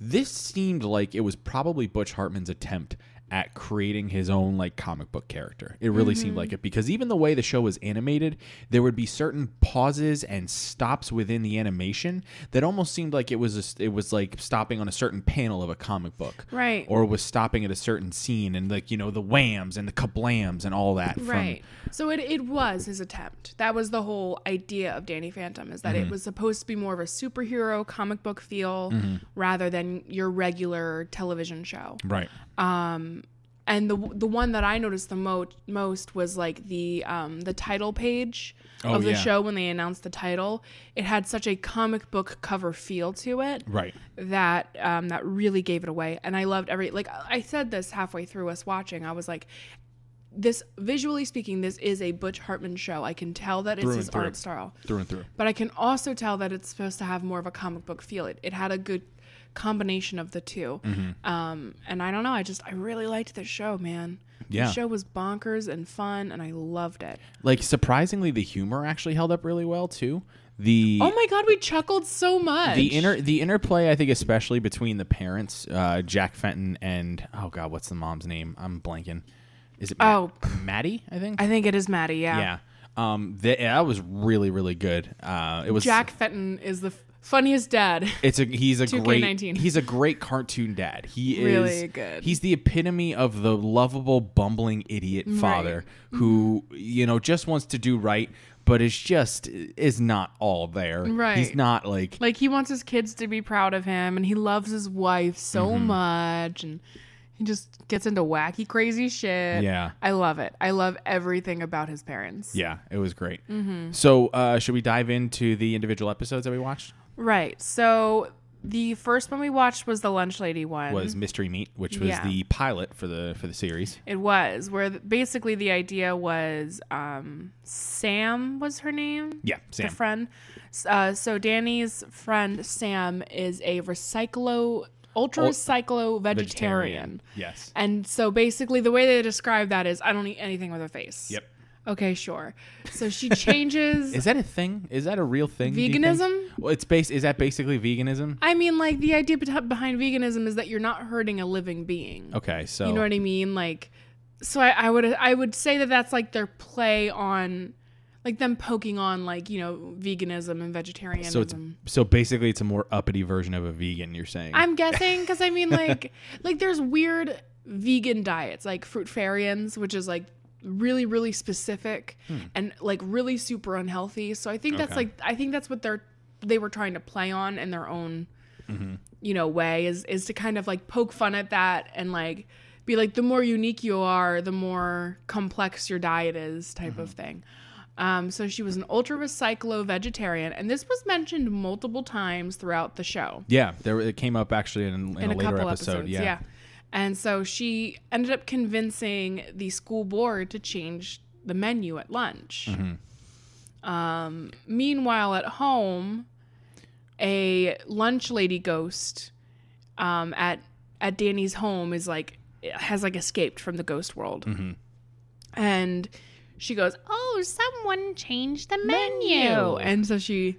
Speaker 2: this seemed like it was probably butch hartman's attempt at creating his own like comic book character. It really seemed
Speaker 1: Mm-hmm.
Speaker 2: like it because even the way the show was animated, there would be certain pauses and stops within the animation that almost seemed like it was a, it was like stopping on a certain panel of a comic book,
Speaker 1: Right.
Speaker 2: Or was stopping at a certain scene and like you know the whams and the kablams and all that. from-
Speaker 1: Right. So it, it was his attempt. That was the whole idea of Danny Phantom is
Speaker 2: Mm-hmm.
Speaker 1: that it was supposed to be more of a superhero comic book feel
Speaker 2: Mm-hmm.
Speaker 1: rather than your regular television show.
Speaker 2: right.
Speaker 1: And the the one that I noticed the mo- most was like the um, the title page
Speaker 2: Oh,
Speaker 1: of the
Speaker 2: yeah.
Speaker 1: show when they announced the title. It had such a comic book cover feel to it.
Speaker 2: Right.
Speaker 1: that um, that really gave it away. And I loved every like I said this halfway through us watching. I was like, this visually speaking, this is a Butch Hartman show. I can tell that it's
Speaker 2: Through
Speaker 1: his
Speaker 2: and through.
Speaker 1: art style,
Speaker 2: Through and through.
Speaker 1: but I can also tell that it's supposed to have more of a comic book feel. It it had a good combination of the 2
Speaker 2: Mm-hmm.
Speaker 1: um, and I don't know. I just I really liked this show, man.
Speaker 2: Yeah.
Speaker 1: the show was bonkers and fun, and I loved it.
Speaker 2: Like surprisingly, the humor actually held up really well too. The
Speaker 1: Oh my god, we chuckled so much.
Speaker 2: the inter the interplay I think especially between the parents, uh, Jack Fenton and oh god, what's the mom's name? I'm blanking. Is it Ma-
Speaker 1: Oh.
Speaker 2: Maddie? I think.
Speaker 1: I think it is Maddie. Yeah.
Speaker 2: yeah. Um, th- yeah, that was really really good. Uh, it was
Speaker 1: Jack Fenton is the f- funniest dad.
Speaker 2: It's a he's a great
Speaker 1: 2K19.
Speaker 2: he's a great cartoon dad. He
Speaker 1: Really
Speaker 2: is
Speaker 1: good.
Speaker 2: He's the epitome of the lovable bumbling idiot father who
Speaker 1: Mm-hmm.
Speaker 2: you know just wants to do right, but is just is not all there. he's
Speaker 1: Right.
Speaker 2: not like
Speaker 1: Like he wants his kids to be proud of him and he loves his wife so
Speaker 2: Mm-hmm.
Speaker 1: much and he just gets into wacky crazy shit.
Speaker 2: Yeah.
Speaker 1: I love it. I love everything about his parents.
Speaker 2: Yeah, it was great.
Speaker 1: Mm-hmm.
Speaker 2: So, uh, should we dive into the individual episodes that we watched?
Speaker 1: Right. So the first one we watched was the lunch lady one.
Speaker 2: Was Mystery Meat, which was
Speaker 1: Mm-hmm. Yeah.
Speaker 2: the pilot for the for the series.
Speaker 1: It was where th- basically the idea was um, Sam was her name.
Speaker 2: Yeah, Sam.
Speaker 1: The friend. S- Uh, so Danny's friend Sam is a recyclo ultra cyclo vegetarian.
Speaker 2: Yes.
Speaker 1: And so basically, the way they describe that is, I don't eat anything with a face.
Speaker 2: Yep.
Speaker 1: Okay, sure. So she changes.
Speaker 2: Is that a thing? Is that a real thing? do you think?
Speaker 1: Veganism?
Speaker 2: Well, it's based. Is that basically veganism?
Speaker 1: I mean, like the idea bet- behind veganism is that you're not hurting a living being.
Speaker 2: Okay, so
Speaker 1: You know what I mean? Like, so I, I would I would say that that's like their play on, like them poking on like you know veganism and vegetarianism.
Speaker 2: so it's so basically it's a more uppity version of a vegan. You're saying?
Speaker 1: I'm guessing because I mean, like, like there's weird vegan diets like fruitarians, which is like really, really specific and like really super unhealthy. So I think that's
Speaker 2: Okay.
Speaker 1: like I think that's what they're they were trying to play on in their own, you know, way is is to kind of like poke fun at that and like be like the more unique you are, the more complex your diet is, type of thing. Um, so she was an ultra recyclo vegetarian, and this was mentioned multiple times throughout the show
Speaker 2: yeah, there it came up actually in, in,
Speaker 1: in,
Speaker 2: a,
Speaker 1: a,
Speaker 2: later
Speaker 1: couple
Speaker 2: episode.
Speaker 1: episodes.
Speaker 2: yeah.
Speaker 1: Yeah. And so she ended up convincing the school board to change the menu at lunch.
Speaker 2: Mm-hmm.
Speaker 1: Um, meanwhile, at home, a lunch lady ghost um, at at Danny's home is like has like escaped from the ghost world,
Speaker 2: Mm-hmm.
Speaker 1: and she goes, "Oh, someone changed the menu,", and so she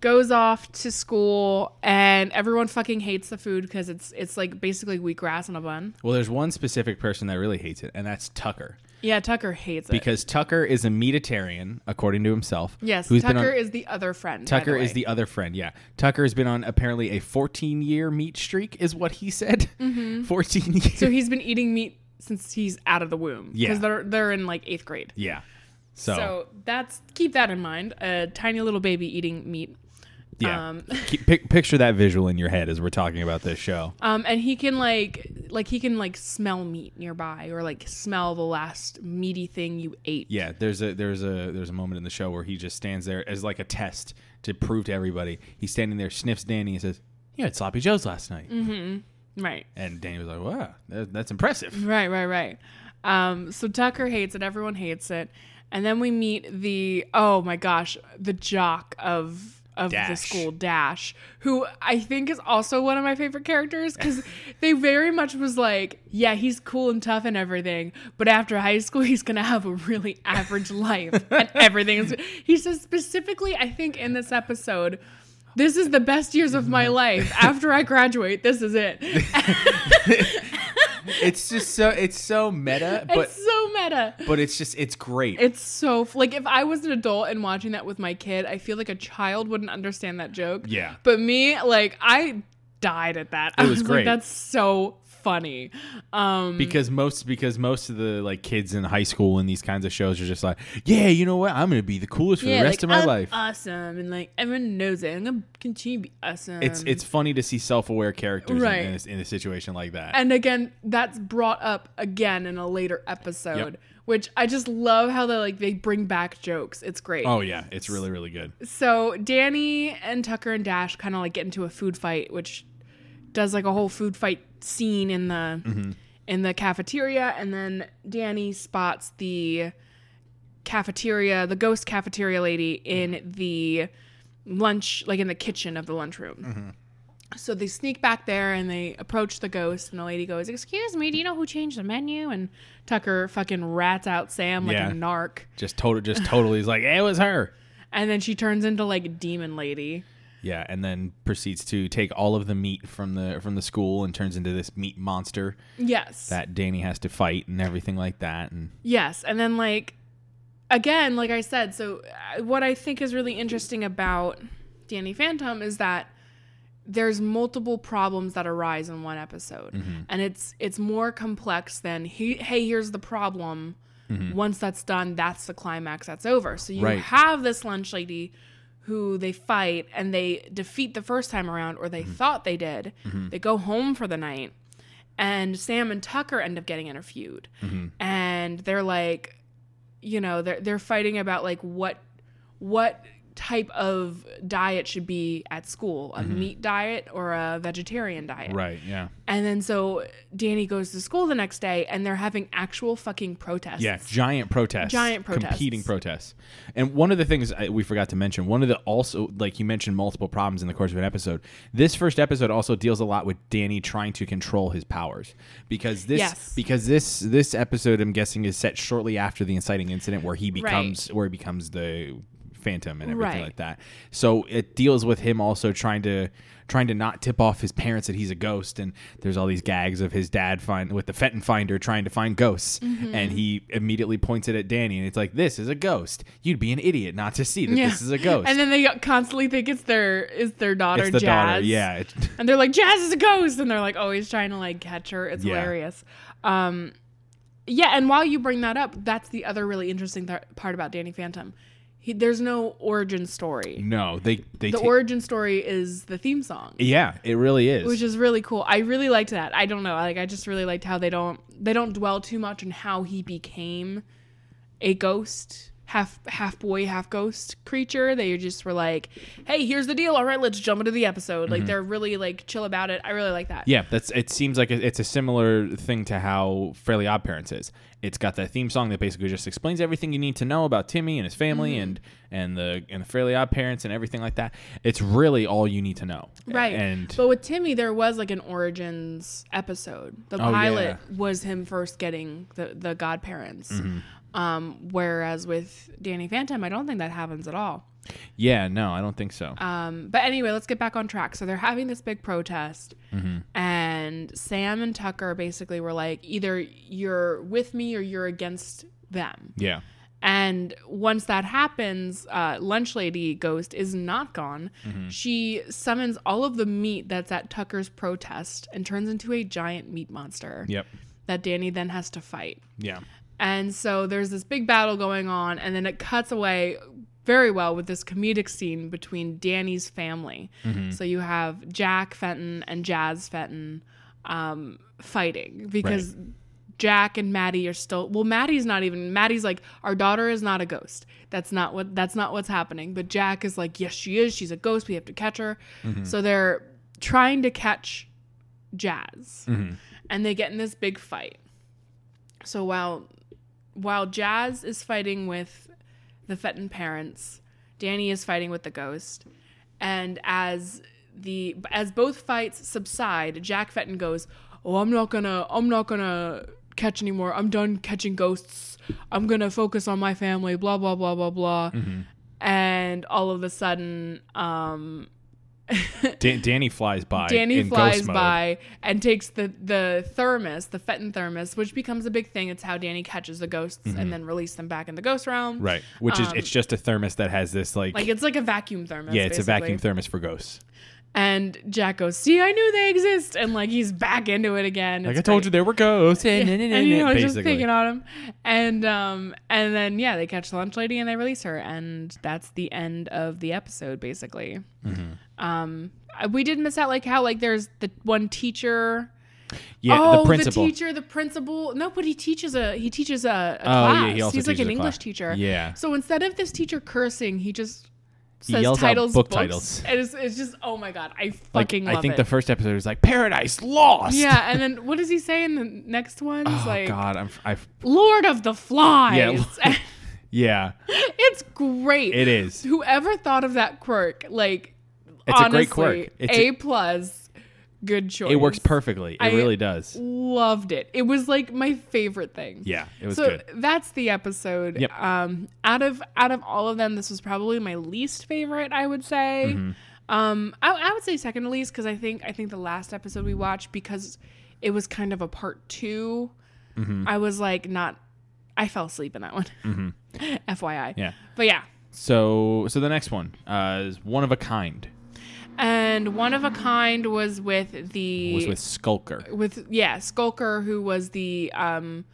Speaker 1: goes off to school, and everyone fucking hates the food because it's it's like basically wheatgrass on a bun.
Speaker 2: Well, there's one specific person that really hates it, and that's Tucker,
Speaker 1: Yeah, Tucker hates it
Speaker 2: because Tucker is a meatitarian, according to himself.
Speaker 1: yes,
Speaker 2: who's been on-
Speaker 1: Tucker is the other friend. by
Speaker 2: Tucker is
Speaker 1: way.
Speaker 2: the other friend. Yeah, Tucker has been on apparently a 14 year meat streak, is what he said. 14 years.
Speaker 1: Mm-hmm. so he's been eating meat since he's out of the womb.
Speaker 2: Yeah.
Speaker 1: because they're they're in like eighth grade.
Speaker 2: yeah. So,
Speaker 1: So that's keep that in mind. A tiny little baby eating meat.
Speaker 2: yeah,
Speaker 1: um,
Speaker 2: Keep, pic- picture that visual in your head as we're talking about this show.
Speaker 1: Um, and he can like like he can like smell meat nearby or like smell the last meaty thing you ate.
Speaker 2: Yeah, there's a there's a there's a moment in the show where he just stands there as like a test to prove to everybody. He's standing there, sniffs Danny, and says, "You had sloppy joes last night,"
Speaker 1: Mm. Right.
Speaker 2: and Danny was like, "Wow, that, that's impressive."
Speaker 1: Right, right, right. Um, so Tucker hates it, everyone hates it. And then we meet the oh my gosh, the jock of of the
Speaker 2: Dash.
Speaker 1: school Dash, who I think is also one of my favorite characters because they very much was like, yeah, he's cool and tough and everything, but after high school, he's gonna have a really average life and everything. is- He says specifically, I think in this episode, this is the best years of my life. After I graduate, this is it.
Speaker 2: it's just so it's so meta, but
Speaker 1: it's so meta.
Speaker 2: but it's just it's great.
Speaker 1: It's so f- like if I was an adult and watching that with my kid, I feel like a child wouldn't understand that joke.
Speaker 2: Yeah.
Speaker 1: But me, like I died at that. I
Speaker 2: was great.
Speaker 1: Like, That's so funny. Um
Speaker 2: because most because most of the like kids in high school and these kinds of shows are just like, yeah, you know what? I'm gonna be the coolest for the rest of my
Speaker 1: I'm
Speaker 2: life.
Speaker 1: Awesome, and like everyone knows it. I'm gonna continue to be awesome.
Speaker 2: it's it's funny to see self-aware characters in-
Speaker 1: Right.
Speaker 2: in, a, in a situation like that.
Speaker 1: and again that's brought up again in a later episode, which I just love how they like they bring back jokes. It's great.
Speaker 2: oh yeah, it's really really good.
Speaker 1: So Danny and Tucker and Dash kind of like get into a food fight, which does like a whole food fight scene in the in the cafeteria, and then Danny spots the cafeteria, the ghost cafeteria lady in the lunch, like in the kitchen of the lunchroom. So they sneak back there and they approach the ghost, and the lady goes, "Excuse me, do you know who changed the menu?" And Tucker fucking rats out Sam like
Speaker 2: Yeah.
Speaker 1: a narc,
Speaker 2: Just total just totally is like, it was her.
Speaker 1: and then she turns into like demon lady.
Speaker 2: Yeah, and then proceeds to take all of the meat from the from the school and turns into this meat monster
Speaker 1: Yes.
Speaker 2: that Danny has to fight and everything like that. And
Speaker 1: Yes, and then like again, like I said, so uh, what I think is really interesting about Danny Phantom is that there's multiple problems that arise in one episode,
Speaker 2: Mm-hmm.
Speaker 1: and it's it's more complex than he, hey, here's the problem. Once that's done, that's the climax. That's over. So you
Speaker 2: Mm-hmm. Right.
Speaker 1: have this lunch lady who they fight and they defeat the first time around, or they
Speaker 2: Mm-hmm.
Speaker 1: thought they did. They go home for the night and Sam and Tucker end up getting interviewed,
Speaker 2: Mm-hmm.
Speaker 1: and they're like, you know, they're they're fighting about like what what type of diet should be at school, a meat diet or a vegetarian diet,
Speaker 2: Mm-hmm. right, yeah,
Speaker 1: And then so Danny goes to school the next day, and they're having actual fucking protests.
Speaker 2: yeah, giant protests,
Speaker 1: Giant protests.
Speaker 2: competing protests. And one of the things I, we forgot to mention, one of the also like you mentioned multiple problems in the course of an episode. This first episode also deals a lot with Danny trying to control his powers because this
Speaker 1: Yes.
Speaker 2: because this this episode I'm guessing is set shortly after the inciting incident where he becomes where he becomes the phantom and everything
Speaker 1: Right.
Speaker 2: like that. So it deals with him also trying to trying to not tip off his parents that he's a ghost and there's all these gags of his dad find with the Fenton finder trying to find ghosts
Speaker 1: Mm-hmm.
Speaker 2: and he immediately points it at Danny and it's like this is a ghost. You'd be an idiot not to see that
Speaker 1: Yeah.
Speaker 2: this is a ghost.
Speaker 1: And then they constantly think it's their is their daughter
Speaker 2: it's the
Speaker 1: Jazz.
Speaker 2: daughter. Yeah. It-
Speaker 1: And they're like, Jazz is a ghost. And they're like, oh, he's trying to like catch her. It's
Speaker 2: Yeah.
Speaker 1: hilarious. Um, yeah. And while you bring that up, that's the other really interesting th- part about Danny Phantom. He, there's no origin story.
Speaker 2: no, they they
Speaker 1: The
Speaker 2: ta-
Speaker 1: origin story is the theme song,
Speaker 2: Yeah, it really is.
Speaker 1: which is really cool. I really liked that. I don't know. Like, I just really liked how they don't they don't dwell too much on how he became a ghost. Half half boy, half ghost creature. They just were like, "Hey, here's the deal. All right, let's jump into the episode." Like they're really like chill about it. I really like that.
Speaker 2: Yeah, that's. It seems like it's a similar thing to how Fairly Odd Parents is. It's got that theme song that basically just explains everything you need to know about Timmy and his family
Speaker 1: Mm-hmm.
Speaker 2: and and the and the Fairly Odd Parents and everything like that. It's really all you need to know.
Speaker 1: Right.
Speaker 2: And
Speaker 1: but with Timmy, there was like an origins episode. The
Speaker 2: Oh,
Speaker 1: pilot
Speaker 2: yeah.
Speaker 1: was him first getting the the godparents.
Speaker 2: Mm-hmm.
Speaker 1: Um, whereas with Danny Phantom, I don't think that happens at all.
Speaker 2: yeah, no, I don't think so.
Speaker 1: Um, but anyway, let's get back on track. So they're having this big protest,
Speaker 2: Mm-hmm.
Speaker 1: and Sam and Tucker basically were like, either you're with me or you're against them.
Speaker 2: yeah.
Speaker 1: And once that happens, uh, Lunch Lady Ghost is not gone. She summons all of the meat that's at Tucker's protest and turns into a giant meat monster
Speaker 2: Yep.
Speaker 1: that Danny then has to fight.
Speaker 2: Yeah.
Speaker 1: And so there's this big battle going on, and then it cuts away very well with this comedic scene between Danny's family. So you have Jack Fenton and Jazz Fenton um, fighting because Jack and Maddie are still. Well, Maddie's not even. Maddie's like, our daughter is not a ghost. That's not what. That's not what's happening. But Jack is like, yes, she is. She's a ghost. We have to catch her. So they're trying to catch Jazz, and they get in this big fight. So while while Jazz is fighting with the Fenton parents, Danny is fighting with the ghost, and as the as both fights subside, Jack Fenton goes, "Oh, I'm not gonna, I'm not gonna catch anymore. I'm done catching ghosts. I'm gonna focus on my
Speaker 2: Mm-hmm.
Speaker 1: family." Blah blah blah blah blah. And all of a sudden, um,
Speaker 2: Dan- Danny flies by.
Speaker 1: Danny
Speaker 2: in
Speaker 1: flies
Speaker 2: ghost mode.
Speaker 1: by and takes the the thermos, the Fenton thermos, which becomes a big thing. It's how Danny catches the ghosts and then release them back in the ghost realm.
Speaker 2: Mm-hmm. Right, which is
Speaker 1: Um,
Speaker 2: it's just a thermos that has this like,
Speaker 1: Like it's like a vacuum thermos.
Speaker 2: yeah, it's a
Speaker 1: basically.
Speaker 2: vacuum thermos for ghosts.
Speaker 1: And Jack goes, "See, I knew they exist," and like he's back into it again.
Speaker 2: Like
Speaker 1: It's
Speaker 2: I told
Speaker 1: great.
Speaker 2: you, there were ghosts. And,
Speaker 1: and you know, it's just picking on him. And um and then yeah, they catch the lunch lady and they release her, and that's the end of the episode basically.
Speaker 2: Mm-hmm.
Speaker 1: Um, I- we did miss out like how like there's the one teacher.
Speaker 2: yeah,
Speaker 1: oh,
Speaker 2: the principal.
Speaker 1: teacher, the principal. No, but he teaches a he teaches a, a
Speaker 2: Oh, yeah,
Speaker 1: class.
Speaker 2: he also
Speaker 1: He's like
Speaker 2: teaches
Speaker 1: an
Speaker 2: a
Speaker 1: English
Speaker 2: class.
Speaker 1: teacher.
Speaker 2: Yeah.
Speaker 1: So instead of this teacher cursing, he just says
Speaker 2: yells out
Speaker 1: titles,
Speaker 2: book
Speaker 1: books.
Speaker 2: titles.
Speaker 1: And it's, it's just oh my god, I
Speaker 2: like
Speaker 1: fucking love
Speaker 2: I think
Speaker 1: it.
Speaker 2: the first episode was like Paradise Lost.
Speaker 1: yeah, and then what does he say in the next one? It's
Speaker 2: Oh
Speaker 1: like
Speaker 2: God, I'm I
Speaker 1: Lord of the Flies.
Speaker 2: Yeah. yeah,
Speaker 1: it's great.
Speaker 2: it is.
Speaker 1: Whoever thought of that quirk, like
Speaker 2: It's
Speaker 1: honestly,
Speaker 2: a great quirk. It's
Speaker 1: a, plus, good choice.
Speaker 2: It works perfectly. It
Speaker 1: I-
Speaker 2: really does.
Speaker 1: Loved it. It was like my favorite thing.
Speaker 2: Yeah, it was
Speaker 1: so
Speaker 2: good.
Speaker 1: that's the episode.
Speaker 2: Yep.
Speaker 1: Um, out of out of all of them, this was probably my least favorite. I would say.
Speaker 2: Mm-hmm.
Speaker 1: Um, I, I would say second to least because I think I think the last episode we watched because it was kind of a part 2
Speaker 2: Mm-hmm.
Speaker 1: I was like not. I fell asleep in that one. FYI.
Speaker 2: Mm-hmm. Yeah.
Speaker 1: But yeah,
Speaker 2: So so the next one uh, is one of a kind.
Speaker 1: and one of a kind was with the
Speaker 2: Was with Skulker.
Speaker 1: with yeah Skulker who was the um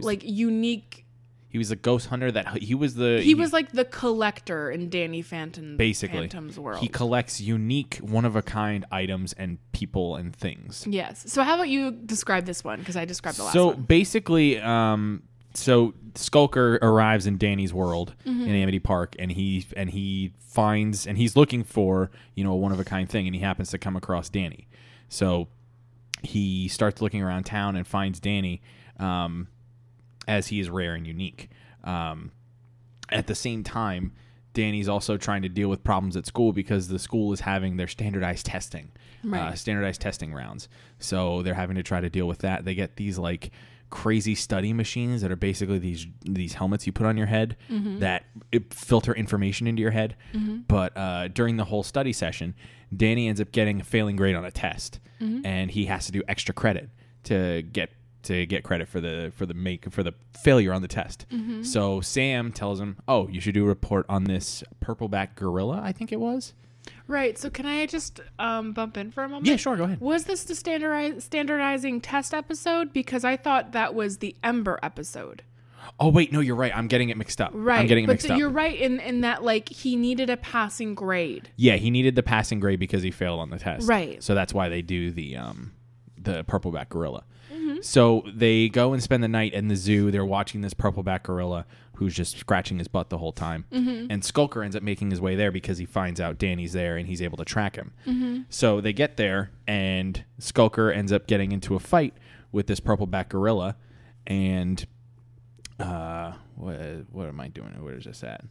Speaker 1: like unique
Speaker 2: He was a ghost hunter that he was the
Speaker 1: he was like the collector in Danny Phantom
Speaker 2: basically
Speaker 1: Phantom's world.
Speaker 2: He collects unique, one of a kind items and people and things.
Speaker 1: yes. So how about you describe this one because I described the last
Speaker 2: so
Speaker 1: one.
Speaker 2: basically um so skulker arrives in danny's world
Speaker 1: Mm-hmm.
Speaker 2: in amity park and he and he finds and he's looking for you know a one of a kind thing and he happens to come across danny so he starts looking around town and finds danny um, as he is rare and unique um, at the same time danny's also trying to deal with problems at school because the school is having their standardized testing uh,
Speaker 1: Right.
Speaker 2: standardized testing rounds so they're having to try to deal with that they get these like crazy study machines that are basically these these helmets you put on your head that it filter information into your head but uh, during the whole study session danny ends up getting a failing grade on a test and he has to do extra credit to get to get credit for the for the make for the failure on the test.
Speaker 1: Mm-hmm.
Speaker 2: So Sam tells him, "Oh, you should do a report on this purple back gorilla. I think it was.
Speaker 1: Right. So can I just um, bump in for a moment?
Speaker 2: Yeah, sure, go ahead.
Speaker 1: Was this the standardize, standardizing test episode? Because I thought that was the Ember episode.
Speaker 2: Oh wait, no, you're right. I'm getting it mixed up.
Speaker 1: Right.
Speaker 2: I'm getting it
Speaker 1: but
Speaker 2: mixed
Speaker 1: th-
Speaker 2: up.
Speaker 1: you're right in in that like he needed a passing grade.
Speaker 2: Yeah, he needed the passing grade because he failed on the test.
Speaker 1: Right.
Speaker 2: So that's why they do the um the purple back gorilla. So they go and spend the night in the zoo. They're watching this purple back gorilla who's just scratching his butt the whole time. And Skulker ends up making his way there because he finds out Danny's there and he's able to track him. So they get there and Skulker ends up getting into a fight with this purple back gorilla and uh what what am I doing? Where is this at?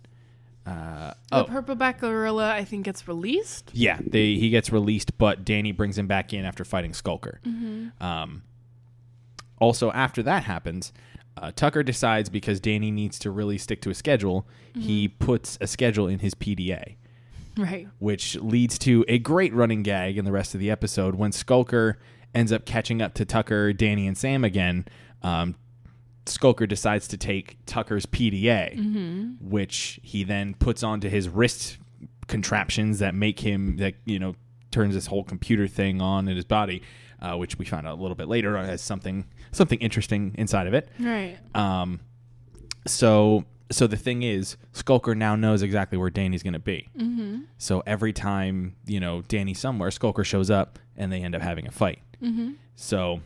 Speaker 2: Oh.
Speaker 1: The purple back gorilla, I think it's released.
Speaker 2: Yeah, they he gets released, but Danny brings him back in after fighting Skulker. Um, also, after that happens, uh, Tucker decides because Danny needs to really stick to a schedule, he puts a schedule in his PDA,
Speaker 1: Right.
Speaker 2: which leads to a great running gag in the rest of the episode when Skulker ends up catching up to Tucker, Danny, and Sam again. Um, Skulker decides to take Tucker's PDA, which he then puts onto his wrist contraptions that make him that you know turns this whole computer thing on in his body, uh, which we find out a little bit later uh, has something something interesting inside of it.
Speaker 1: Right.
Speaker 2: Um, so so the thing is, Skulker now knows exactly where Danny's going to be. Mm-hmm. So every time you know Danny's somewhere, Skulker shows up, and they end up having a fight. Mm-hmm. So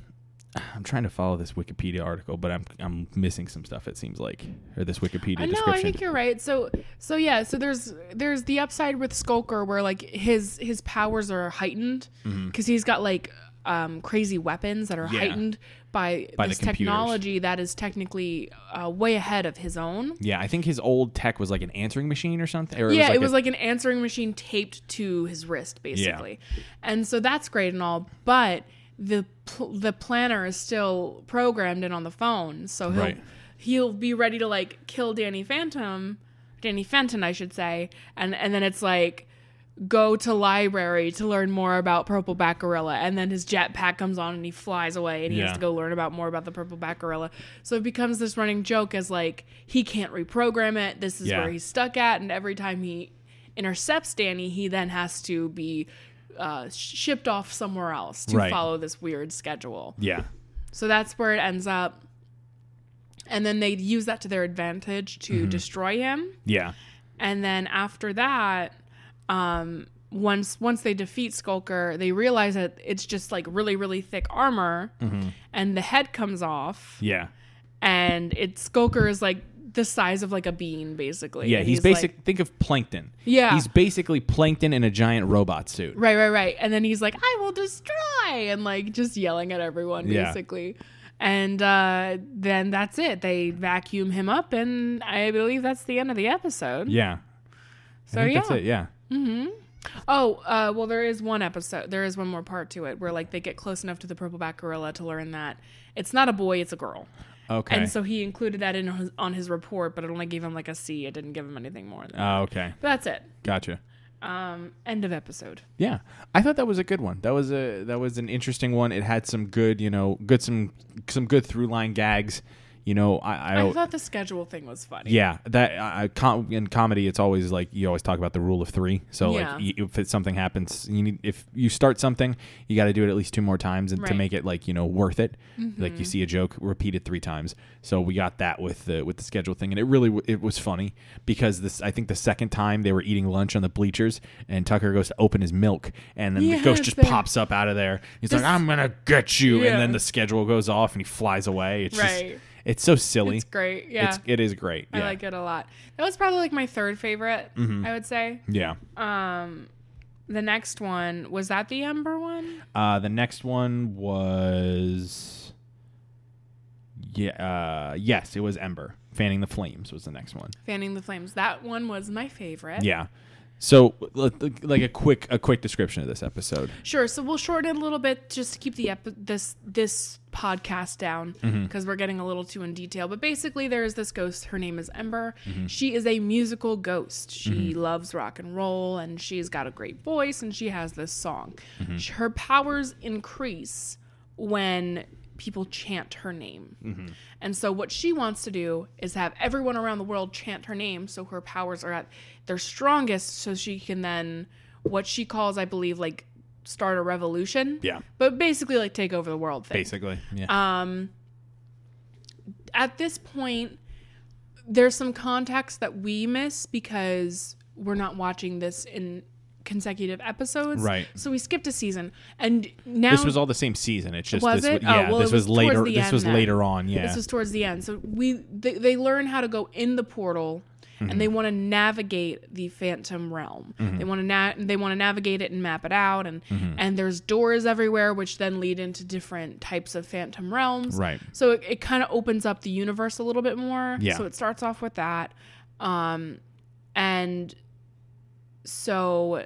Speaker 2: I'm trying to follow this Wikipedia article, but I'm I'm missing some stuff. It seems like or this Wikipedia
Speaker 1: Uh,
Speaker 2: description.
Speaker 1: No, I think you're right. So, so yeah. So there's there's the upside with Skulker, where like his his powers are heightened because he's got like um, crazy weapons that are
Speaker 2: Mm-hmm. Yeah.
Speaker 1: heightened by,
Speaker 2: By the
Speaker 1: this
Speaker 2: computers.
Speaker 1: technology that is technically uh, way ahead of his own.
Speaker 2: yeah, I think his old tech was like an answering machine or something. Or
Speaker 1: yeah,
Speaker 2: it was like, a-
Speaker 1: an answering machine taped to his wrist, basically, and so that's great and all, but the pl- the planner is still programmed in on the phone, so he'll
Speaker 2: Right.
Speaker 1: he'll be ready to like kill Danny Phantom, Danny Fenton, I should say, and and then it's like go to library to learn more about purple back gorilla and then his jetpack comes on and he flies away and he
Speaker 2: Yeah.
Speaker 1: has to go learn about more about the purple back gorilla so it becomes this running joke as like he can't reprogram it this is
Speaker 2: Yeah.
Speaker 1: where he's stuck at and every time he intercepts danny he then has to be uh, sh- shipped off somewhere else to
Speaker 2: Right.
Speaker 1: follow this weird schedule
Speaker 2: Yeah.
Speaker 1: so that's where it ends up and then they use that to their advantage to
Speaker 2: Mm-hmm.
Speaker 1: destroy him
Speaker 2: Yeah.
Speaker 1: and then after that, um, once once they defeat Skulker, they realize that it's just like really really thick armor,
Speaker 2: Mm-hmm.
Speaker 1: and the head comes off,
Speaker 2: Yeah.
Speaker 1: and it Skulker is like the size of like a bean basically.
Speaker 2: Yeah,
Speaker 1: And
Speaker 2: he's,
Speaker 1: like-
Speaker 2: basic. think of plankton.
Speaker 1: Yeah.
Speaker 2: he's basically plankton in a giant robot suit.
Speaker 1: right, right, right. And then he's like, "I will destroy," and like just yelling at everyone
Speaker 2: Yeah.
Speaker 1: basically. And uh, then that's it. They vacuum him up, and I believe that's the end of the episode.
Speaker 2: Yeah,
Speaker 1: so
Speaker 2: I think
Speaker 1: yeah,
Speaker 2: that's it. Yeah,
Speaker 1: Oh, uh, well, there is one episode. There is one more part to it where like they get close enough to the purple back gorilla to learn that it's not a boy, it's a girl.
Speaker 2: okay.
Speaker 1: And so he included that in his, on his report, but it only gave him like a C. It didn't give him anything more. Than
Speaker 2: Oh, okay,
Speaker 1: but that's it.
Speaker 2: gotcha.
Speaker 1: End of episode.
Speaker 2: Yeah, I thought that was a good one. That was a that was an interesting one. It had some good, you know, good some some good through line gags. You know, I, I,
Speaker 1: I thought the schedule thing was funny.
Speaker 2: Oh. yeah that I I- com- in comedy it's always like you always talk about the rule of three. So
Speaker 1: Yeah.
Speaker 2: like y- if it's something happens, you need if you start something, you got to do it at least two more times and to
Speaker 1: Right. Mm-hmm.
Speaker 2: make it like you know worth it. Like you see a joke repeated three times. So we got that with the with the schedule thing, and it really w- it was funny because this I think the second time they were eating lunch on the bleachers, and Tucker goes to open his milk, and then the ghost
Speaker 1: Yes,
Speaker 2: just
Speaker 1: that-
Speaker 2: pops up out of there. He's
Speaker 1: This-
Speaker 2: like, "I'm gonna get you,"
Speaker 1: Yeah.
Speaker 2: and then the schedule goes off, and he flies away. It's
Speaker 1: Right.
Speaker 2: just it's so silly.
Speaker 1: It's great. Yeah.
Speaker 2: It's, it is great.
Speaker 1: I
Speaker 2: yeah. Mm-hmm.
Speaker 1: like it a lot. That was probably like my third favorite, I would say.
Speaker 2: Yeah.
Speaker 1: The next one, was that the Ember one?
Speaker 2: Uh, the next one was. Yeah. Uh, yes, it was Ember. Fanning the Flames was the next one.
Speaker 1: Fanning the Flames. That one was my favorite.
Speaker 2: Yeah. So, l- l- like a quick a quick description of this episode.
Speaker 1: Sure. So we'll shorten it a little bit just to keep the epi- this this podcast down because we're getting a little too in detail. But basically, there is this ghost. Her name is Ember. She is a musical ghost. She loves rock and roll, and she's got a great voice, and she has this song. Sh- Her powers increase when people chant her name.
Speaker 2: Mm-hmm.
Speaker 1: And so what she wants to do is have everyone around the world chant her name so her powers are at their strongest so she can then what she calls I believe like start a revolution.
Speaker 2: Yeah.
Speaker 1: But basically like take over the world thing.
Speaker 2: Basically.
Speaker 1: Um,
Speaker 2: Yeah.
Speaker 1: At this point there's some context that we miss because we're not watching this in consecutive episodes.
Speaker 2: Right.
Speaker 1: So we skipped a season and now
Speaker 2: this was all the same season. It's just
Speaker 1: Was
Speaker 2: this.
Speaker 1: it?
Speaker 2: wa- Yeah.
Speaker 1: Oh, well,
Speaker 2: this
Speaker 1: it
Speaker 2: was,
Speaker 1: was towards
Speaker 2: later.
Speaker 1: the
Speaker 2: This
Speaker 1: end
Speaker 2: was
Speaker 1: then.
Speaker 2: later on. Yeah.
Speaker 1: This was towards the end. So we they, they learn how to go in the portal and
Speaker 2: Mm-hmm.
Speaker 1: they want to navigate the phantom realm. They want to na- they want to navigate it and map it out and
Speaker 2: Mm-hmm.
Speaker 1: and there's doors everywhere which then lead into different types of phantom realms.
Speaker 2: Right.
Speaker 1: So it, it kind of opens up the universe a little bit more.
Speaker 2: Yeah.
Speaker 1: So it starts off with that. Um and so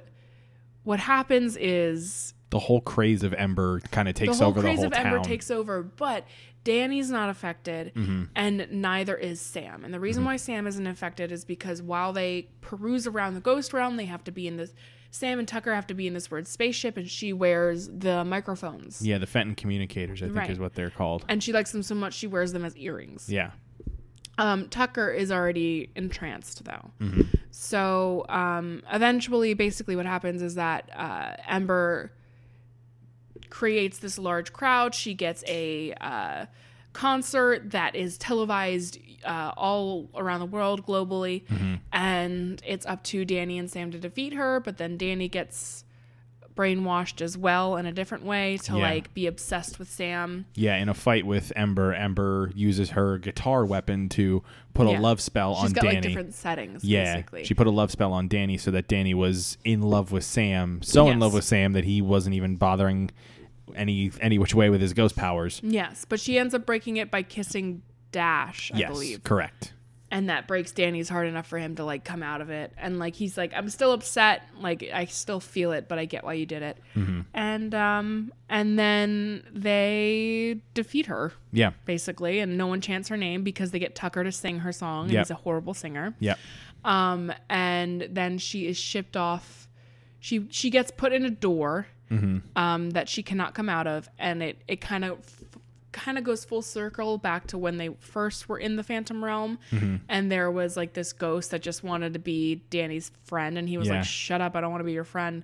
Speaker 1: what happens is
Speaker 2: the whole craze of Ember kind of takes
Speaker 1: the whole
Speaker 2: over the
Speaker 1: craze
Speaker 2: whole
Speaker 1: of
Speaker 2: town. Mm-hmm.
Speaker 1: Ember takes over, but Danny's not affected, and neither is Sam. And the reason why Sam isn't affected is because while they peruse around the ghost realm, they have to be in this. Sam and Tucker have to be in this weird spaceship, and she wears the microphones.
Speaker 2: yeah, the Fenton communicators, I think,
Speaker 1: Right.
Speaker 2: is what they're called.
Speaker 1: And she likes them so much she wears them as earrings.
Speaker 2: yeah.
Speaker 1: Um, Tucker is already entranced though.
Speaker 2: Mm-hmm.
Speaker 1: So um, eventually, basically, what happens is that uh, Ember creates this large crowd. She gets a uh, concert that is televised uh, all around the world globally,
Speaker 2: Mm-hmm.
Speaker 1: and it's up to Danny and Sam to defeat her. But then Danny gets brainwashed as well in a different way to
Speaker 2: Yeah.
Speaker 1: like be obsessed with Sam.
Speaker 2: Yeah, in a fight with Ember, Ember uses her guitar weapon to put
Speaker 1: Yeah.
Speaker 2: a love spell
Speaker 1: She's
Speaker 2: on
Speaker 1: got
Speaker 2: Danny.
Speaker 1: like different settings.
Speaker 2: yeah,
Speaker 1: basically.
Speaker 2: she put a love spell on Danny so that Danny was in love with Sam, so in
Speaker 1: Yes.
Speaker 2: love with Sam that he wasn't even bothering any any which way with his ghost powers.
Speaker 1: Yes, but she ends up breaking it by kissing Dash, I
Speaker 2: yes,
Speaker 1: believe.
Speaker 2: correct.
Speaker 1: And that breaks Danny's heart enough for him to like come out of it. And like he's like, I'm still upset. Like I still feel it, but I get why you did it.
Speaker 2: Mm-hmm.
Speaker 1: And um and then they defeat her,
Speaker 2: Yeah,
Speaker 1: basically, and no one chants her name because they get Tucker to sing her song and
Speaker 2: Yep.
Speaker 1: he's a horrible singer.
Speaker 2: yeah,
Speaker 1: Um and then she is shipped off She she gets put in a door um, that she cannot come out of, and it it kind of kind of goes full circle back to when they first were in the Phantom Realm, and there was like this ghost that just wanted to be Danny's friend, and he was
Speaker 2: Yeah.
Speaker 1: like, "Shut up, I don't want to be your friend."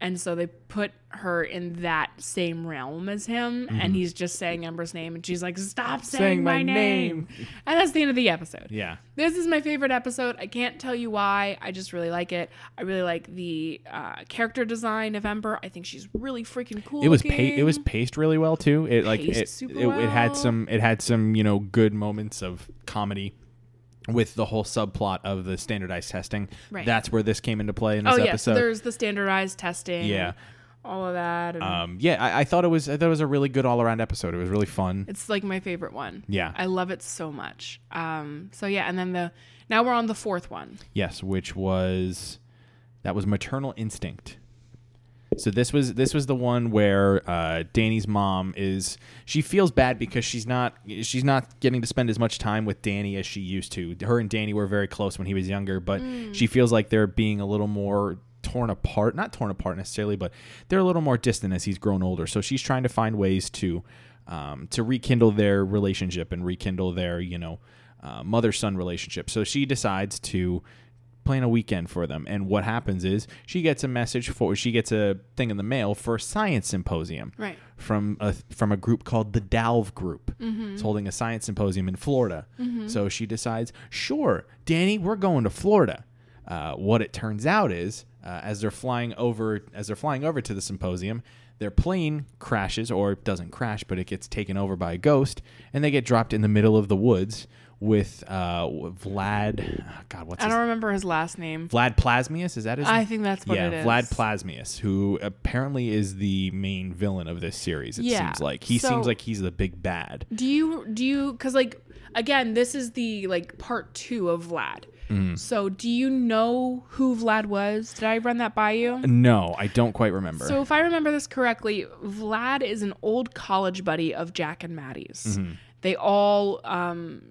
Speaker 1: And so they put her in that same realm as him, and he's just saying Ember's name, and she's like, "Stop Mm-hmm. saying, my, name. And that's the end of the episode.
Speaker 2: Yeah.
Speaker 1: This is my favorite episode. I can't tell you why. I just really like it. I really like the uh, character design of Ember. I think she's really freaking cool.
Speaker 2: It was pa-
Speaker 1: looking.
Speaker 2: it was paced really well too. It like
Speaker 1: Paced
Speaker 2: it,
Speaker 1: super
Speaker 2: it, it
Speaker 1: well.
Speaker 2: had some it had some you know good moments of comedy with the whole subplot of the standardized testing.
Speaker 1: Right.
Speaker 2: That's where this came into play in this
Speaker 1: Oh yeah, so
Speaker 2: episode.
Speaker 1: there's the standardized testing.
Speaker 2: Yeah.
Speaker 1: all of that. And
Speaker 2: um, yeah, I, I thought it was I thought it was a really good all around episode. It was really fun.
Speaker 1: it's like my favorite one.
Speaker 2: Yeah.
Speaker 1: I love it so much. Um, so yeah, and then the now we're on the fourth one.
Speaker 2: Yes, which was that was maternal instinct. So this was this was the one where uh, Danny's mom is she feels bad because she's not she's not getting to spend as much time with Danny as she used to. Her and Danny were very close when he was younger, but she feels like they're being a little more torn apart, not torn apart necessarily, but they're a little more distant as he's grown older. So she's trying to find ways to um, to rekindle their relationship and rekindle their you know uh, mother son relationship. So she decides to plan a weekend for them. And what happens is she gets a message for she gets a thing in the mail for a science symposium
Speaker 1: Right.
Speaker 2: from a from a group called the Dalve Group.
Speaker 1: Mm-hmm.
Speaker 2: It's holding a science symposium in Florida. So she decides, sure, Danny, we're going to Florida. Uh, what it turns out is, uh, as they're flying over, as they're flying over to the symposium, their plane crashes, or it doesn't crash, but it gets taken over by a ghost, and they get dropped in the middle of the woods with uh, Vlad. ah, God, what's
Speaker 1: I
Speaker 2: his
Speaker 1: don't remember his last name.
Speaker 2: Vlad Plasmius, is that his?
Speaker 1: I think that's what
Speaker 2: yeah,
Speaker 1: it is.
Speaker 2: Vlad Plasmius, who apparently is the main villain of this series. It
Speaker 1: Yeah,
Speaker 2: seems like he
Speaker 1: so-
Speaker 2: seems like he's the big bad.
Speaker 1: Do you do you cuz like again this is the like part 2 of Vlad. So do you know who Vlad was? Did I run that by you?
Speaker 2: No, I don't quite remember.
Speaker 1: So if I remember this correctly, Vlad is an old college buddy of Jack and Maddie's. They all um,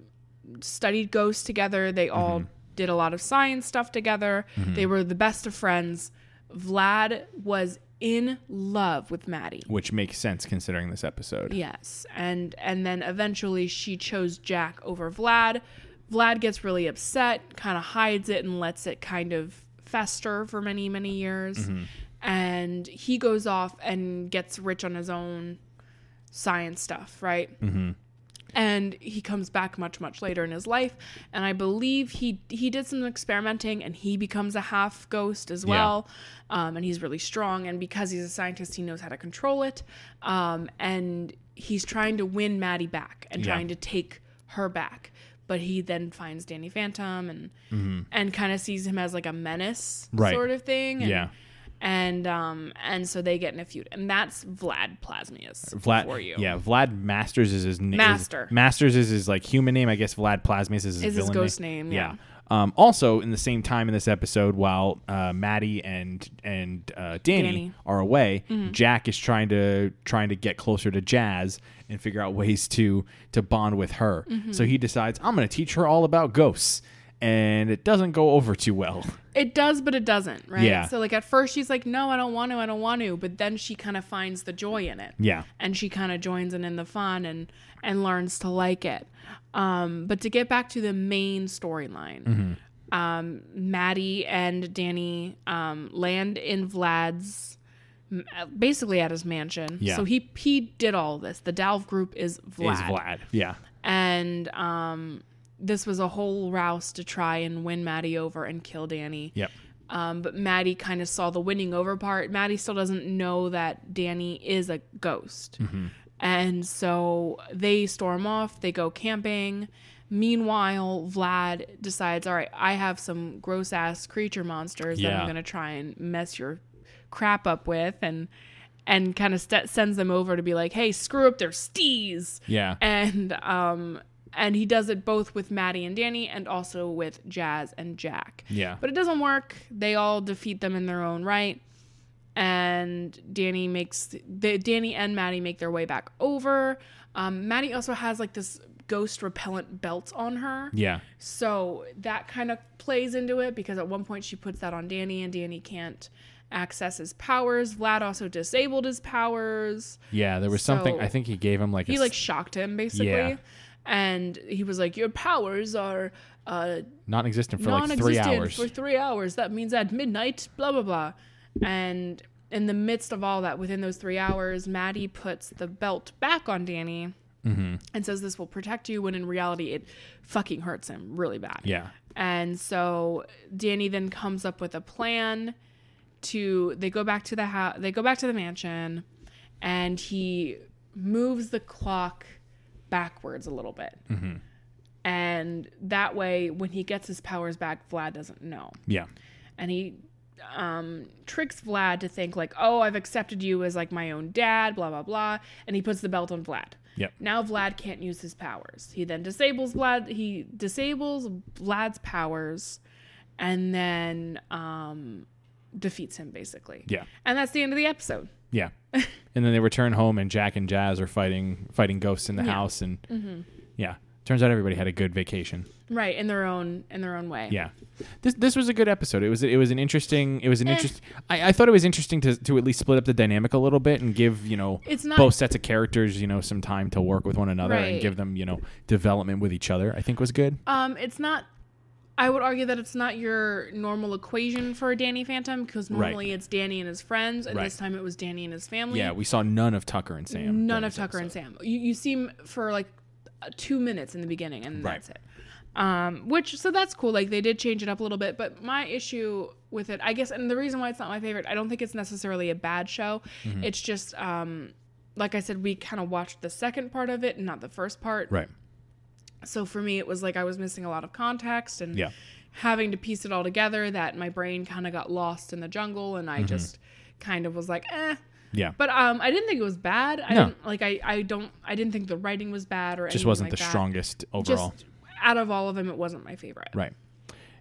Speaker 1: studied ghosts together. They all did a lot of science stuff together. They were the best of friends. Vlad was in love with Maddie.
Speaker 2: which makes sense considering this episode.
Speaker 1: Yes, and and then eventually she chose Jack over Vlad. Vlad gets really upset, kind of hides it and lets it kind of fester for many many years, and he goes off and gets rich on his own science stuff, right? and he comes back much much later in his life and i believe he he did some experimenting and he becomes a half ghost as well um, and he's really strong and because he's a scientist he knows how to control it um, and he's trying to win maddie back and
Speaker 2: Yeah.
Speaker 1: trying to take her back but he then finds danny phantom and and kind of sees him as like a menace
Speaker 2: Mm-hmm. Right.
Speaker 1: sort of thing and,
Speaker 2: Yeah.
Speaker 1: and um and so they get in a feud and that's vlad plasmius
Speaker 2: Vlad,
Speaker 1: for you
Speaker 2: yeah, Vlad Masters is his name.
Speaker 1: Master.
Speaker 2: Masters is his like human name. I guess Vlad Plasmius is his,
Speaker 1: his
Speaker 2: villain
Speaker 1: ghost name, yeah.
Speaker 2: Um, also, in the same time in this episode, while uh, Maddie and and uh, Danny,
Speaker 1: Danny. Mm-hmm.
Speaker 2: are away, Jack is trying to trying to get closer to Jazz and figure out ways to to bond with her.
Speaker 1: Mm-hmm.
Speaker 2: So he decides, I'm going to teach her all about ghosts, and it doesn't go over too well.
Speaker 1: It does, but it doesn't, right?
Speaker 2: Yeah.
Speaker 1: So like at first she's like, "No, I don't want to. I don't want to," but then she kind of finds the joy in it.
Speaker 2: Yeah.
Speaker 1: And she kind of joins in in the fun and and learns to like it. Um, but to get back to the main storyline,
Speaker 2: Mm-hmm.
Speaker 1: um, Maddie and Danny um, land in Vlad's m- uh, basically at his mansion.
Speaker 2: Yeah.
Speaker 1: So he he did all this. The Dalv group is Vlad.
Speaker 2: Is Vlad? Yeah.
Speaker 1: And um, this was a whole rouse to try and win Maddie over and kill Danny.
Speaker 2: Yep.
Speaker 1: Um, but Maddie kind of saw the winning over part. Maddie still doesn't know that Danny is a ghost.
Speaker 2: Mm-hmm.
Speaker 1: And so they storm off, they go camping. Meanwhile, Vlad decides, all right, I have some gross ass creature monsters that I'm
Speaker 2: Yeah.
Speaker 1: going to try and mess your crap up with. And and kind of st- sends them over to be like, hey, screw up their stees.
Speaker 2: Yeah.
Speaker 1: And um and he does it both with Maddie and Danny and also with Jazz and Jack.
Speaker 2: Yeah.
Speaker 1: But it doesn't work. They all defeat them in their own right. And Danny makes the Danny and Maddie make their way back over. Um, Maddie also has like this ghost repellent belt on her.
Speaker 2: Yeah.
Speaker 1: So that kind of plays into it because at one point she puts that on Danny and Danny can't. access his powers. Vlad also disabled his powers.
Speaker 2: Yeah, there was something.
Speaker 1: So-
Speaker 2: I think he gave him like a
Speaker 1: He like
Speaker 2: s-
Speaker 1: shocked him basically.
Speaker 2: Yeah.
Speaker 1: And he was like, "Your powers are uh,
Speaker 2: non-existent for like three
Speaker 1: non-existent
Speaker 2: hours.
Speaker 1: for three hours. That means at midnight, blah blah blah. And in the midst of all that, within those three hours, Maddie puts the belt back on Danny
Speaker 2: Mm-hmm.
Speaker 1: and says, "This will protect you." When in reality, it fucking hurts him really bad.
Speaker 2: yeah,
Speaker 1: And so Danny then comes up with a plan to they go back to the house they go back to the mansion and he moves the clock backwards a little bit. And that way when he gets his powers back Vlad doesn't know.
Speaker 2: yeah,
Speaker 1: And he um tricks Vlad to think like, "Oh, I've accepted you as like my own dad, blah blah blah." And he puts the belt on Vlad.
Speaker 2: yep.
Speaker 1: Now Vlad can't use his powers. He then disables Vlad. He disables Vlad's powers, and then um, defeats him basically.
Speaker 2: Yeah.
Speaker 1: And that's the end of the episode.
Speaker 2: Yeah. and then they return home and Jack and Jazz are fighting fighting ghosts in the house and
Speaker 1: Mm-hmm.
Speaker 2: yeah. Turns out everybody had a good vacation.
Speaker 1: Right in their own in their own way.
Speaker 2: Yeah. This this was a good episode. It was it was an interesting it was
Speaker 1: Eh.
Speaker 2: an interest I, I thought it was interesting to, to at least split up the dynamic a little bit and give, you know,
Speaker 1: It's not-
Speaker 2: both sets of characters, you know, some time to work with one another and
Speaker 1: Right.
Speaker 2: give them, you know, development with each other. I think was good.
Speaker 1: Um, it's not. I would argue that it's not your normal equation for a Danny Phantom because normally it's Danny and his friends, and
Speaker 2: Right.
Speaker 1: this time it was Danny and his family.
Speaker 2: yeah, we saw none of Tucker and
Speaker 1: none
Speaker 2: Sam. during
Speaker 1: of
Speaker 2: this
Speaker 1: Tucker
Speaker 2: episode.
Speaker 1: and Sam. You you seem for like uh, two minutes in the beginning, and
Speaker 2: Right.
Speaker 1: that's it. Um, which so that's cool. Like they did change it up a little bit, but my issue with it, I guess, and the reason why it's not my favorite, I don't think it's necessarily a bad show.
Speaker 2: Mm-hmm.
Speaker 1: It's just, um, like I said, we kind of watched the second part of it and not the first part.
Speaker 2: Right.
Speaker 1: So for me, it was like I was missing a lot of context and
Speaker 2: Yeah.
Speaker 1: having to piece it all together. That my brain kind of got lost in the jungle, and I
Speaker 2: Mm-hmm.
Speaker 1: just kind of was like, eh.
Speaker 2: Yeah.
Speaker 1: But um, I didn't think it was bad. I
Speaker 2: No.
Speaker 1: didn't like I, I don't I didn't think the writing was bad or
Speaker 2: just
Speaker 1: anything
Speaker 2: wasn't
Speaker 1: like
Speaker 2: the
Speaker 1: that.
Speaker 2: strongest overall.
Speaker 1: Just out of all of them, it wasn't my favorite.
Speaker 2: Right.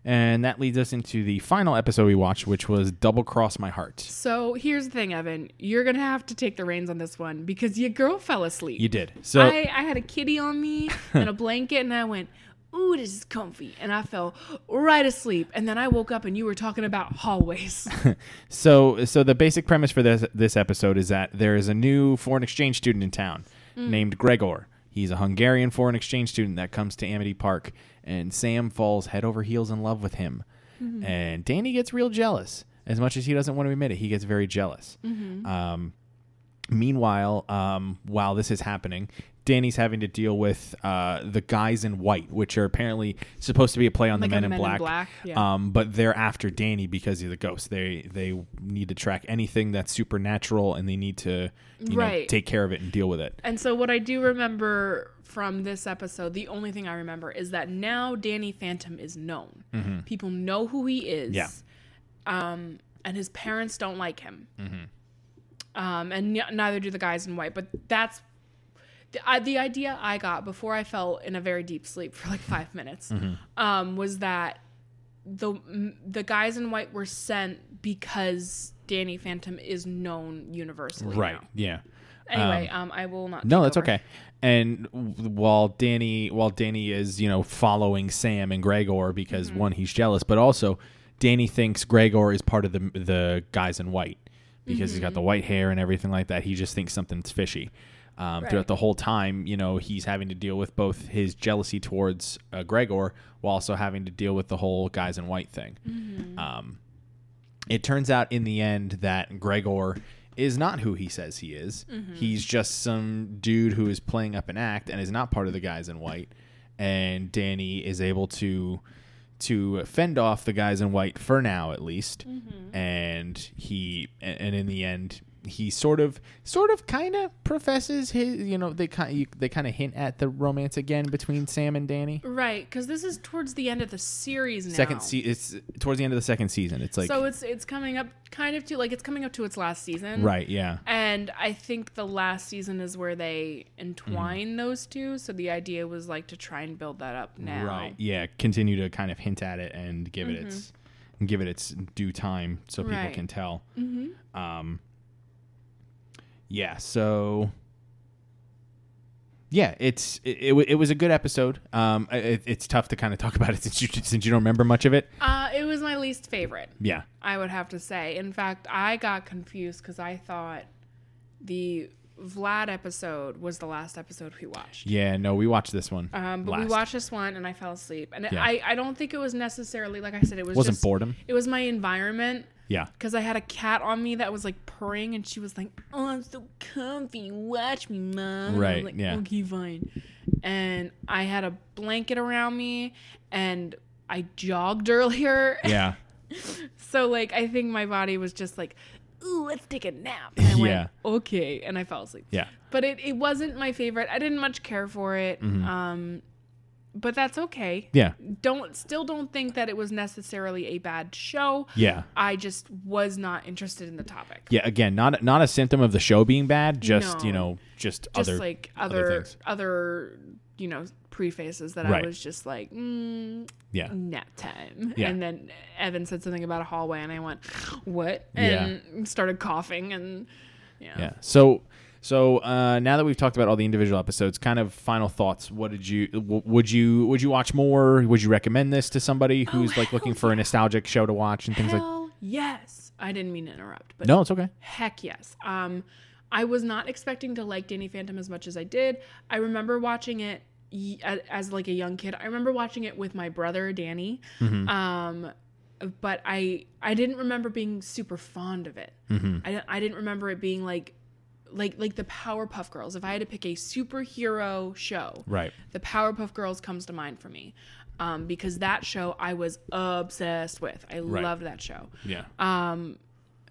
Speaker 2: And that leads us into the final episode we watched, which was Double Cross My Heart.
Speaker 1: So here's the thing, Evan. You're gonna have to take the reins on this one because your girl fell asleep.
Speaker 2: You did. So
Speaker 1: I, I had a kitty on me and a blanket, and I went, "Ooh, this is comfy," and I fell right asleep. And then I woke up, and you were talking about hallways.
Speaker 2: so so the basic premise for this this episode is that there is a new foreign exchange student in town
Speaker 1: Mm.
Speaker 2: named Gregor. He's a Hungarian foreign exchange student that comes to Amity Park and Sam falls head over heels in love with him.
Speaker 1: Mm-hmm.
Speaker 2: And Danny gets real jealous. As much as he doesn't want to admit it, he gets very jealous.
Speaker 1: Mm-hmm.
Speaker 2: Um Meanwhile, um, while this is happening, Danny's having to deal with uh, the guys in white, which are apparently supposed to be a play on
Speaker 1: Like
Speaker 2: the
Speaker 1: a
Speaker 2: Men, in,
Speaker 1: Men in
Speaker 2: Black.
Speaker 1: Black, yeah.
Speaker 2: Um, but they're after Danny because he's a ghost. They they need to track anything that's supernatural, and they need to you know,
Speaker 1: Right.
Speaker 2: take care of it and deal with it.
Speaker 1: And so, what I do remember from this episode, the only thing I remember is that now Danny Phantom is known. People know who he is.
Speaker 2: Mm-hmm. Yeah.
Speaker 1: Um, and his parents don't like him.
Speaker 2: Mm-hmm.
Speaker 1: Um, and n- neither do the guys in white. But that's the, I, the idea I got before I fell in a very deep sleep for like five minutes
Speaker 2: Mm-hmm.
Speaker 1: um, was that the m- the guys in white were sent because Danny Phantom is known universally. now.
Speaker 2: Yeah.
Speaker 1: Anyway, um, I will not.
Speaker 2: No,
Speaker 1: take
Speaker 2: that's
Speaker 1: over.
Speaker 2: okay. And w- while Danny, while Danny is you know following Sam and Gregor because
Speaker 1: Mm-hmm.
Speaker 2: one he's jealous, but also Danny thinks Gregor is part of the the guys in white because he's
Speaker 1: Mm-hmm.
Speaker 2: got the white hair and everything like that. He just thinks something's fishy. Um, Throughout
Speaker 1: Right.
Speaker 2: the whole time, you know, he's having to deal with both his jealousy towards uh, Gregor while also having to deal with the whole guys in white thing. Um, it turns out in the end that Gregor is not who he says he is. He's just some dude who is playing up an act and is not part of the guys in white. And Danny is able to to fend off the guys in white for now at least. And he and and in the end he sort of sort of kind of professes his you know they kind they kind of hint at the romance again between Sam and Danny.
Speaker 1: Right, because this is towards the end of the series now.
Speaker 2: Second se- it's towards the end of the second season. It's like
Speaker 1: so it's it's coming up kind of to like it's coming up to its last season.
Speaker 2: right, yeah.
Speaker 1: And I think the last season is where they entwine
Speaker 2: Mm-hmm.
Speaker 1: those two. So the idea was like to try and build that up now.
Speaker 2: Right. Yeah. Continue to kind of hint at it and give it its give it its due time so people
Speaker 1: Mm-hmm. Right.
Speaker 2: can tell. Mm-hmm. Um. Yeah. So yeah, it's it, it, wa- it was a good episode. Um, I- it, it's tough to kind of talk about it since you since you don't remember much of it.
Speaker 1: Uh, it was my least favorite.
Speaker 2: Yeah,
Speaker 1: I would have to say. In fact, I got confused because I thought the Vlad episode was the last episode we watched.
Speaker 2: yeah. No, we watched this one.
Speaker 1: Um, but we
Speaker 2: last.
Speaker 1: watched this one and I fell asleep. And
Speaker 2: Yeah.
Speaker 1: I, I don't think it was necessarily, like I said, it was
Speaker 2: Wasn't
Speaker 1: just-
Speaker 2: boredom.
Speaker 1: It was my environment.
Speaker 2: Yeah,
Speaker 1: Because I had a cat on me that was like purring and she was like, oh, I'm so comfy. Watch me, mom. And I was
Speaker 2: Right,
Speaker 1: like,
Speaker 2: yeah.
Speaker 1: Okay, fine. And I had a blanket around me and I jogged earlier.
Speaker 2: yeah,
Speaker 1: So like I think my body was just like, ooh, let's take a nap. And I
Speaker 2: Yeah.
Speaker 1: went, okay. And I fell asleep.
Speaker 2: yeah.
Speaker 1: But it, it wasn't my favorite. I didn't much care for it.
Speaker 2: Mm-hmm.
Speaker 1: Um but that's okay.
Speaker 2: Yeah.
Speaker 1: Don't still don't think that it was necessarily a bad show.
Speaker 2: Yeah.
Speaker 1: I just was not interested in the topic.
Speaker 2: Yeah, again, not not a symptom of the show being bad, just
Speaker 1: No.
Speaker 2: you know, just,
Speaker 1: Just
Speaker 2: other
Speaker 1: like
Speaker 2: other
Speaker 1: other
Speaker 2: things.
Speaker 1: other, you know, prefaces that
Speaker 2: Right.
Speaker 1: I was just like, mm,
Speaker 2: yeah,
Speaker 1: nap time.
Speaker 2: Yeah.
Speaker 1: And then Evan said something about a hallway, and I went, what?
Speaker 2: Yeah.
Speaker 1: And started coughing. And yeah.
Speaker 2: yeah. So so uh, now that we've talked about all the individual episodes, kind of final thoughts. What did you w- would you would you watch more? Would you recommend this to somebody who's like looking for a nostalgic show to watch and things like?
Speaker 1: Oh, Hell yes. I didn't mean to interrupt, but
Speaker 2: No, it's okay.
Speaker 1: heck yes. Um, I was not expecting to like Danny Phantom as much as I did. I remember watching it y- a- as like a young kid. I remember watching it with my brother Danny. Um, but I I didn't remember being super fond of it. I don't- I didn't remember it being like like like the Powerpuff Girls. If I had to pick a superhero show,
Speaker 2: Right.
Speaker 1: the Powerpuff Girls comes to mind for me. Um, because that show I was obsessed with. I loved that show
Speaker 2: Yeah.
Speaker 1: Um,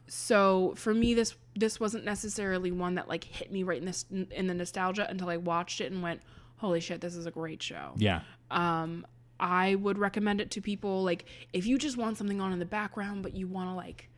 Speaker 1: so for me this this wasn't necessarily one that like hit me right in this in the nostalgia until i watched it and went holy shit this is a great show
Speaker 2: yeah.
Speaker 1: i would recommend it to people like if you just want something on in the background but you want to like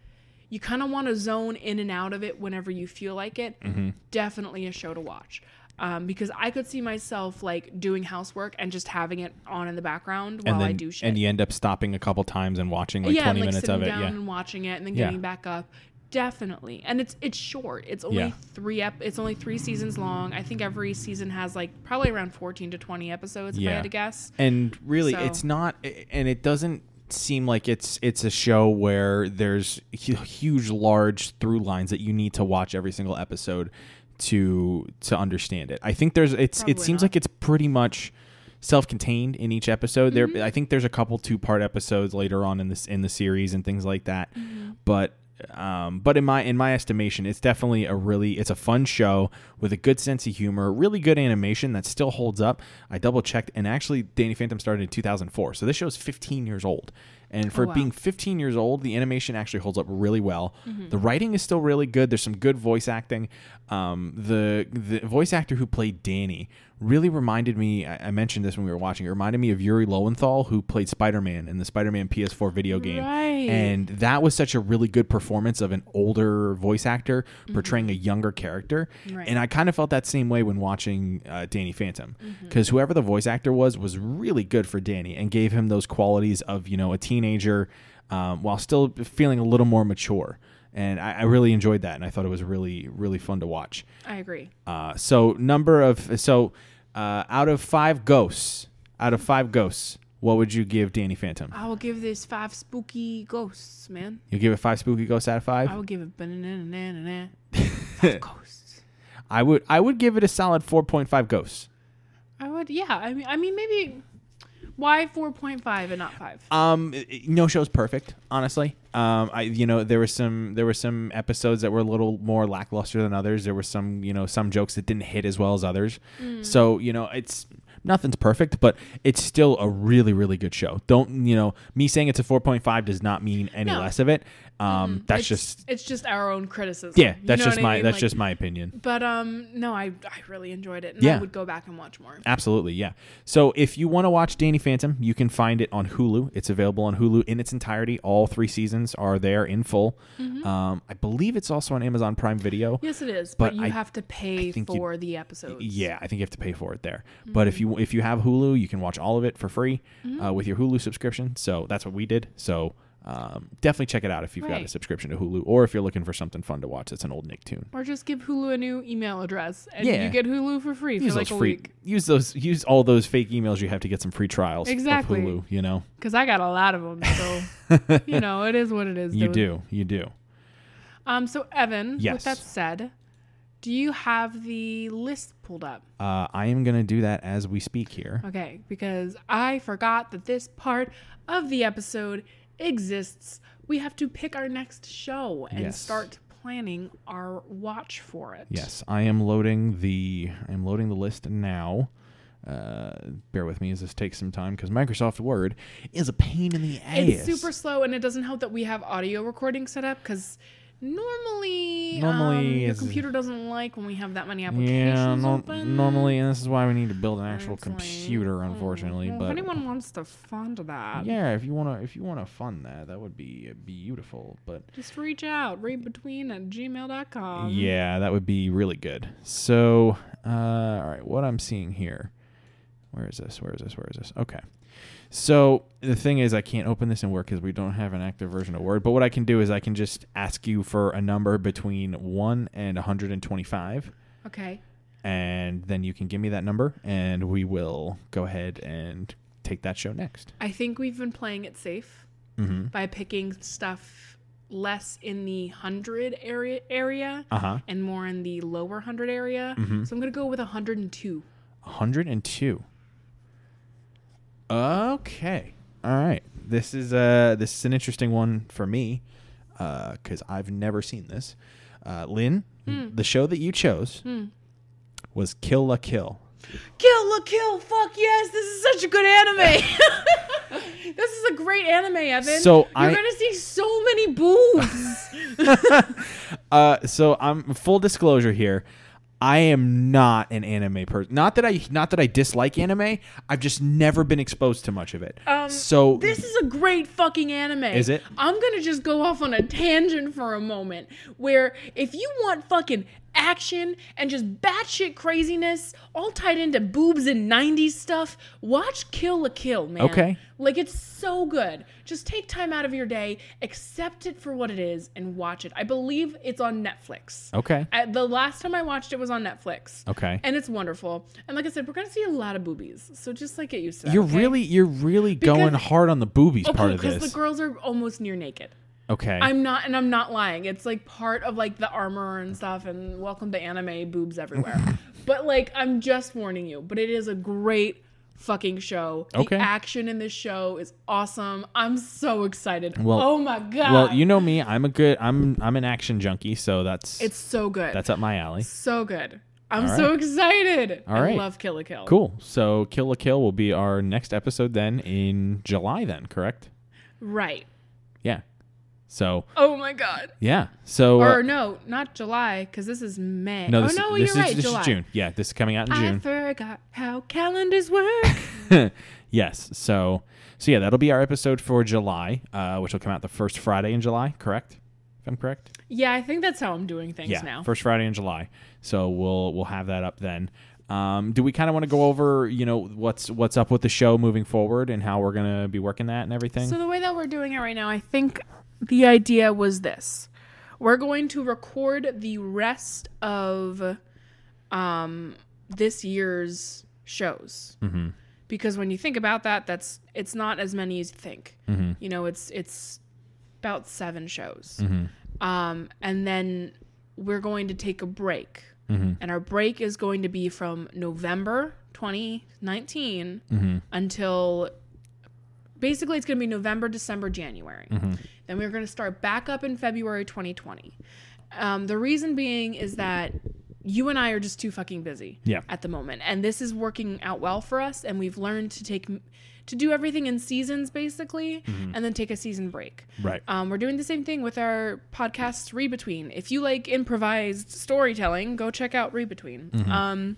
Speaker 1: you kind of want to zone in and out of it whenever you feel like it
Speaker 2: Mm-hmm.
Speaker 1: definitely a show to watch um, because i could see myself like doing housework and just having it on in the background while
Speaker 2: and then
Speaker 1: oh, i do shit
Speaker 2: and you end up stopping a couple times and watching like
Speaker 1: yeah, and,
Speaker 2: twenty
Speaker 1: like
Speaker 2: minutes
Speaker 1: sitting
Speaker 2: of it.
Speaker 1: down
Speaker 2: Yeah.
Speaker 1: and watching it and then
Speaker 2: Yeah.
Speaker 1: getting back up. Definitely, and it's it's short. It's only
Speaker 2: Yeah.
Speaker 1: three ep- It's only three seasons long. I think every season has like probably around fourteen to twenty episodes. If I
Speaker 2: Yeah.
Speaker 1: had to guess.
Speaker 2: and really
Speaker 1: So-
Speaker 2: it's not and it doesn't seem like it's it's a show where there's hu- huge large through lines that you need to watch every single episode to to understand it i think there's it's it
Speaker 1: Probably
Speaker 2: seems
Speaker 1: not.
Speaker 2: like it's pretty much self-contained in each episode there i think there's a couple two-part episodes later on in this in the series and things like that but um, but in my in my estimation, it's definitely a really it's a fun show with a good sense of humor, really good animation that still holds up. I double checked, and actually, Danny Phantom started in 2004, so this show is 15 years old. And for
Speaker 1: wow.
Speaker 2: being 15 years old, the animation actually holds up really well. The writing is still really good. There's some good voice acting. Um, the the voice actor who played Danny really reminded me. I, I mentioned this when we were watching. It reminded me of Yuri Lowenthal, who played Spider Man in the Spider Man PS4 video game game.
Speaker 1: Right.
Speaker 2: And that was such a really good performance of an older voice actor portraying a younger character.
Speaker 1: Mm-hmm. Right.
Speaker 2: And I kind of felt that same way when watching uh, Danny Phantom
Speaker 1: Mm-hmm.
Speaker 2: because whoever the voice actor was was really good for Danny and gave him those qualities of, you know, a teenager um, while still feeling a little more mature. And I, I really enjoyed that. And I thought it was really, really fun to watch.
Speaker 1: I agree.
Speaker 2: Uh, so number of so uh, out of five ghosts, out of five ghosts, what would you give Danny Phantom?
Speaker 1: I will give this five spooky ghosts, man.
Speaker 2: You give it five spooky ghosts out of five.
Speaker 1: I will give it banana banana five ghosts.
Speaker 2: I would I would give it a solid 4.5 ghosts.
Speaker 1: I would, yeah. I mean, I mean, maybe why four point five and not five?
Speaker 2: Um i- i- no show's perfect, honestly. Um I you know there were some there were some episodes that were a little more lackluster than others. There were some, you know, some jokes that didn't hit as well as others.
Speaker 1: Mm.
Speaker 2: So, you know, it's nothing's perfect, but it's still a really really good show. Don't, you know, me saying it's a 4.5 does not mean any
Speaker 1: No. Mm-hmm.
Speaker 2: less of it. Um that's
Speaker 1: it's,
Speaker 2: just
Speaker 1: it's just our own criticism.
Speaker 2: yeah,
Speaker 1: You
Speaker 2: that's
Speaker 1: know
Speaker 2: just
Speaker 1: what I
Speaker 2: my
Speaker 1: mean?
Speaker 2: that's
Speaker 1: Like,
Speaker 2: just my opinion.
Speaker 1: But um, no, I I really enjoyed it, and
Speaker 2: Yeah.
Speaker 1: I would go back and watch more.
Speaker 2: Absolutely, yeah. So if you want to watch Danny Phantom, you can find it on Hulu. It's available on Hulu in its entirety. All three seasons are there in full.
Speaker 1: Mm-hmm.
Speaker 2: Um, I believe it's also on Amazon Prime Video.
Speaker 1: Yes, it is, but,
Speaker 2: But
Speaker 1: you
Speaker 2: I-
Speaker 1: have to pay
Speaker 2: think you-
Speaker 1: for the episodes.
Speaker 2: Yeah, I think you have to pay for it there.
Speaker 1: Mm-hmm.
Speaker 2: But if you if you have Hulu, you can watch all of it for free uh, with your Hulu subscription. So that's what we did. So Um, definitely check it out if you've got a
Speaker 1: Right.
Speaker 2: subscription to Hulu or if you're looking for something fun to watch that's an old Nicktoon.
Speaker 1: Or just give Hulu a new email address and
Speaker 2: Yeah.
Speaker 1: you get Hulu for free
Speaker 2: Use
Speaker 1: for like
Speaker 2: those
Speaker 1: a
Speaker 2: free
Speaker 1: week.
Speaker 2: use those use all those fake emails you have to get some free trials
Speaker 1: Exactly.
Speaker 2: of Hulu, you know.
Speaker 1: Because I got a lot of them. So, you know, it is what it is.
Speaker 2: You
Speaker 1: dude.
Speaker 2: do. You do.
Speaker 1: Um, so, Evan,
Speaker 2: Yes.
Speaker 1: with that said, do you have the list pulled up?
Speaker 2: Uh, I am going to do that as we speak here.
Speaker 1: Okay, because I forgot that this part of the episode exists. We have to pick our next show and
Speaker 2: Yes.
Speaker 1: start planning our watch for it.
Speaker 2: Yes, I am loading the I am loading the list now. Uh, bear with me as this takes some time because Microsoft Word is a pain in the ass.
Speaker 1: It's super slow, and it doesn't help that we have audio recording set up because normally,
Speaker 2: Normally
Speaker 1: um, your
Speaker 2: is-
Speaker 1: computer doesn't like when we have that many applications
Speaker 2: yeah, nor-
Speaker 1: open.
Speaker 2: normally, and this is why we need to build an actual
Speaker 1: It's like,
Speaker 2: computer, unfortunately.
Speaker 1: well,
Speaker 2: but
Speaker 1: if anyone wants to fund that,
Speaker 2: yeah, if you wanna if you wanna fund that, that would be beautiful. But
Speaker 1: just reach out, readbetween at gmail.com.
Speaker 2: Yeah, that would be really good. So, uh, all right, what I'm seeing here. Where is this? Where is this? Where is this? Okay. So the thing is, I can't open this in Word because we don't have an active version of Word. But what I can do is I can just ask you for a number between one and 125,
Speaker 1: Okay.
Speaker 2: and then you can give me that number, and we will go ahead and take that show next.
Speaker 1: I think we've been playing it safe
Speaker 2: Mm-hmm.
Speaker 1: by picking stuff less in the hundred area area
Speaker 2: Uh huh.
Speaker 1: and more in the lower hundred area.
Speaker 2: Mm-hmm.
Speaker 1: So I'm gonna go with hundred and two.
Speaker 2: 102. Okay. All right. This is uh this is an interesting one for me uh cuz I've never seen this. Uh Lynn,
Speaker 1: Hmm.
Speaker 2: the show that you chose was Kill la Kill.
Speaker 1: Kill la kill, fuck yes, this is such a good anime. this is a great anime, Evan.
Speaker 2: So
Speaker 1: You're
Speaker 2: I-
Speaker 1: gonna see so many boobs.
Speaker 2: Uh so I'm full disclosure here. I am not an anime person. Not that I not that I dislike anime. I've just never been exposed to much of it. Um, so
Speaker 1: This is a great fucking anime.
Speaker 2: Is it?
Speaker 1: I'm gonna just go off on a tangent for a moment. Where if you want fucking action and just batshit craziness, all tied into boobs and '90s stuff, watch Kill a Kill, man.
Speaker 2: Okay.
Speaker 1: Like it's so good. Just take time out of your day, accept it for what it is, and watch it. I believe it's on Netflix.
Speaker 2: Okay.
Speaker 1: I- the last time I watched it was on Netflix.
Speaker 2: Okay.
Speaker 1: And it's wonderful. And like I said, we're gonna see a lot of boobies, so just like get used to that.
Speaker 2: You're
Speaker 1: okay?
Speaker 2: really you're really going hard on the boobies part of
Speaker 1: because
Speaker 2: this.
Speaker 1: the girls are almost near naked.
Speaker 2: okay.
Speaker 1: I'm not, and I'm not lying. It's like part of like the armor and stuff, and welcome to anime boobs everywhere. but like, I'm just warning you. But it is a great fucking show. The
Speaker 2: Okay.
Speaker 1: action in this show is awesome. I'm so excited.
Speaker 2: Well-
Speaker 1: oh my god.
Speaker 2: Well, you know me. I'm a good. I'm I'm an action junkie, so that's
Speaker 1: it's so good.
Speaker 2: that's up my alley.
Speaker 1: so good. I'm so excited.
Speaker 2: All
Speaker 1: I
Speaker 2: right.
Speaker 1: love Kill a Kill.
Speaker 2: Cool. So Kill la Kill will be our next episode then in July. Then correct?
Speaker 1: Right.
Speaker 2: Yeah. So
Speaker 1: Oh my god.
Speaker 2: yeah. So uh,
Speaker 1: or no, not July, because this is May.
Speaker 2: no, this,
Speaker 1: oh no,
Speaker 2: this
Speaker 1: you're
Speaker 2: is
Speaker 1: right.
Speaker 2: this
Speaker 1: July.
Speaker 2: is June. Yeah, this is coming out in
Speaker 1: I
Speaker 2: June.
Speaker 1: forgot how calendars work.
Speaker 2: yes. So so yeah, that'll be our episode for July, uh, which will come out the first Friday in July. Correct? If I'm correct.
Speaker 1: yeah, I think that's how I'm doing things
Speaker 2: yeah,
Speaker 1: now.
Speaker 2: first Friday in July. So we'll we'll have that up then. Um, do we kind of want to go over, you know, what's what's up with the show moving forward and how we're gonna be working that and everything?
Speaker 1: so the way that we're doing it right now, I think the idea was this. We're going to record the rest of um this year's shows.
Speaker 2: Mm-hmm.
Speaker 1: Because when you think about that, that's it's not as many as you think.
Speaker 2: Mm-hmm.
Speaker 1: You know, it's it's about seven shows.
Speaker 2: Mm-hmm.
Speaker 1: Um, and then we're going to take a break.
Speaker 2: Mm-hmm.
Speaker 1: And our break is going to be from November 2019
Speaker 2: Mm-hmm.
Speaker 1: until basically it's going to be November, December, January.
Speaker 2: Mm-hmm.
Speaker 1: Then we're going to start back up in February 2020. Um, the reason being is that you and I are just too fucking busy
Speaker 2: Yeah.
Speaker 1: at the moment, and this is working out well for us. And we've learned to take to do everything in seasons basically, and then take a season break.
Speaker 2: Mm-hmm. right.
Speaker 1: Um, we're doing the same thing with our podcasts, Read Between. If you like improvised storytelling, go check out Read Between.
Speaker 2: Mm-hmm.
Speaker 1: Um,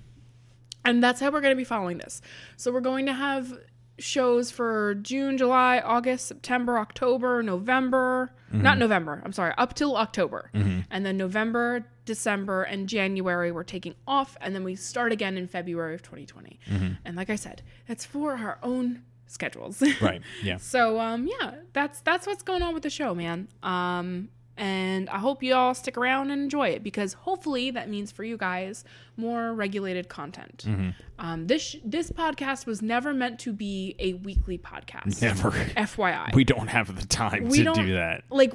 Speaker 1: and that's how we're going to be following this. So we're going to have shows for June, July, August, September, October, November.
Speaker 2: Mm-hmm.
Speaker 1: Not November, I'm sorry, up till October. And then November, December, and January we're taking
Speaker 2: Mm-hmm.
Speaker 1: off. And then we start again in February of 2020. And like I said, that's for our own schedules.
Speaker 2: Right. Yeah.
Speaker 1: So um yeah, that's that's what's going on with the show, man. Um and I hope you all stick around and enjoy it because hopefully that means for you guys more regulated content.
Speaker 2: Mm-hmm.
Speaker 1: Um, this sh- this podcast was never meant to be a weekly podcast.
Speaker 2: Never.
Speaker 1: FYI,
Speaker 2: We don't have the time
Speaker 1: We
Speaker 2: to
Speaker 1: don't-
Speaker 2: do that.
Speaker 1: Like,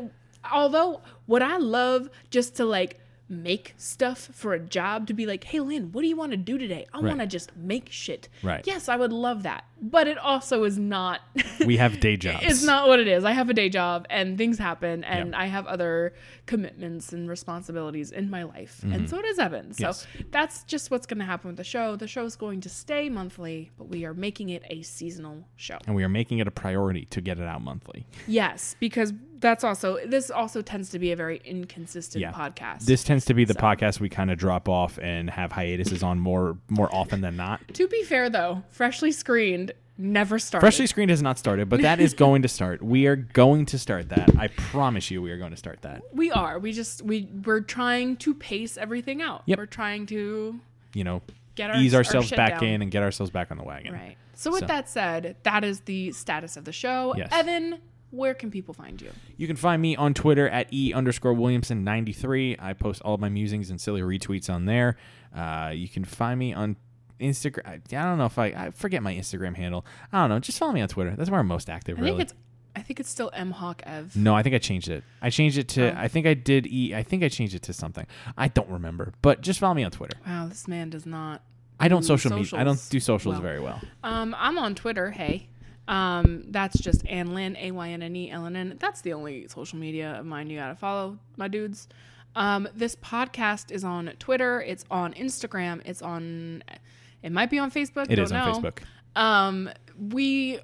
Speaker 1: although would I love just to like make stuff for a job to be like, hey Lynn, what do you want to do today? I want to just make shit.
Speaker 2: Right.
Speaker 1: Yes, I would love that, but it also is not.
Speaker 2: We have day jobs.
Speaker 1: It's not what it is. I have a day job and things happen and
Speaker 2: Yeah.
Speaker 1: I have other commitments and responsibilities in my life. And so does Evan. So
Speaker 2: Mm-hmm. Yes.
Speaker 1: that's just what's going to happen with the show. The show's going to stay monthly, but we are making it a seasonal show.
Speaker 2: And we are making it a priority to get it out monthly.
Speaker 1: Yes, because that's also this also tends to be a very inconsistent
Speaker 2: Yeah.
Speaker 1: podcast.
Speaker 2: This tends to be the podcast we kind of drop off and have hiatuses on more more often than not.
Speaker 1: to be fair though, freshly screened never started.
Speaker 2: Freshly Screened has not started, but that is going to start. We are going to start that. I promise you, we are going to start that.
Speaker 1: we are. We just we we're trying to pace everything out.
Speaker 2: Yep.
Speaker 1: We're trying to
Speaker 2: You know,
Speaker 1: Get our-
Speaker 2: ease
Speaker 1: our
Speaker 2: ourselves
Speaker 1: shit
Speaker 2: back
Speaker 1: down.
Speaker 2: in and get ourselves back on the wagon.
Speaker 1: Right. So with
Speaker 2: So-
Speaker 1: that said, that is the status of the show.
Speaker 2: Yes.
Speaker 1: Evan, where can people find you?
Speaker 2: You can find me on Twitter at e underscore Williamson ninety three. I post all of my musings and silly retweets on there. Uh, you can find me on Instagram. I, I don't know if I, I forget my Instagram handle. I don't know. Just follow me on Twitter. That's where I'm most active.
Speaker 1: I
Speaker 2: really.
Speaker 1: think it's I think it's still M Hawk Ev.
Speaker 2: No, I think I changed it. I changed it
Speaker 1: Oh.
Speaker 2: to. I think I did e. I think I changed it to something. I don't remember. But just follow me on Twitter.
Speaker 1: Wow, this man does not.
Speaker 2: I don't
Speaker 1: do
Speaker 2: social media. I don't
Speaker 1: socials
Speaker 2: do socials
Speaker 1: well.
Speaker 2: very well.
Speaker 1: Um, I'm on Twitter. Hey, um, that's just Ann Lynn A Y N N E L N N. That's the only social media of mine you gotta follow, my dudes. Um, this podcast is on Twitter. It's on Instagram. It's on. It might be on Facebook.
Speaker 2: It
Speaker 1: don't
Speaker 2: is on
Speaker 1: know.
Speaker 2: Facebook.
Speaker 1: Um, we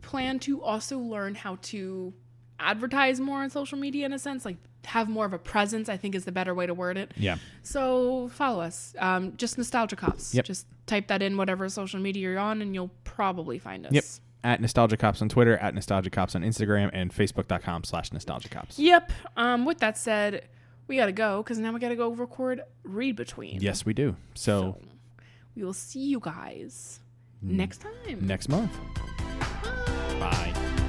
Speaker 1: plan to also learn how to advertise more on social media in a sense, like have more of a presence, I think is the better way to word it.
Speaker 2: Yeah.
Speaker 1: So follow us. Um, just Nostalgia Cops.
Speaker 2: Yep.
Speaker 1: Just type that in whatever social media you're on and you'll probably find us.
Speaker 2: Yep. At Nostalgia Cops on Twitter, at Nostalgia Cops on Instagram, and Facebook.com slash Nostalgia Cops.
Speaker 1: Yep. Um, with that said, we gotta go because now we gotta go record Read Between.
Speaker 2: Yes, we do. So,
Speaker 1: We
Speaker 2: Mm.
Speaker 1: will see you guys next time.
Speaker 2: next month.
Speaker 1: Bye.
Speaker 2: Bye.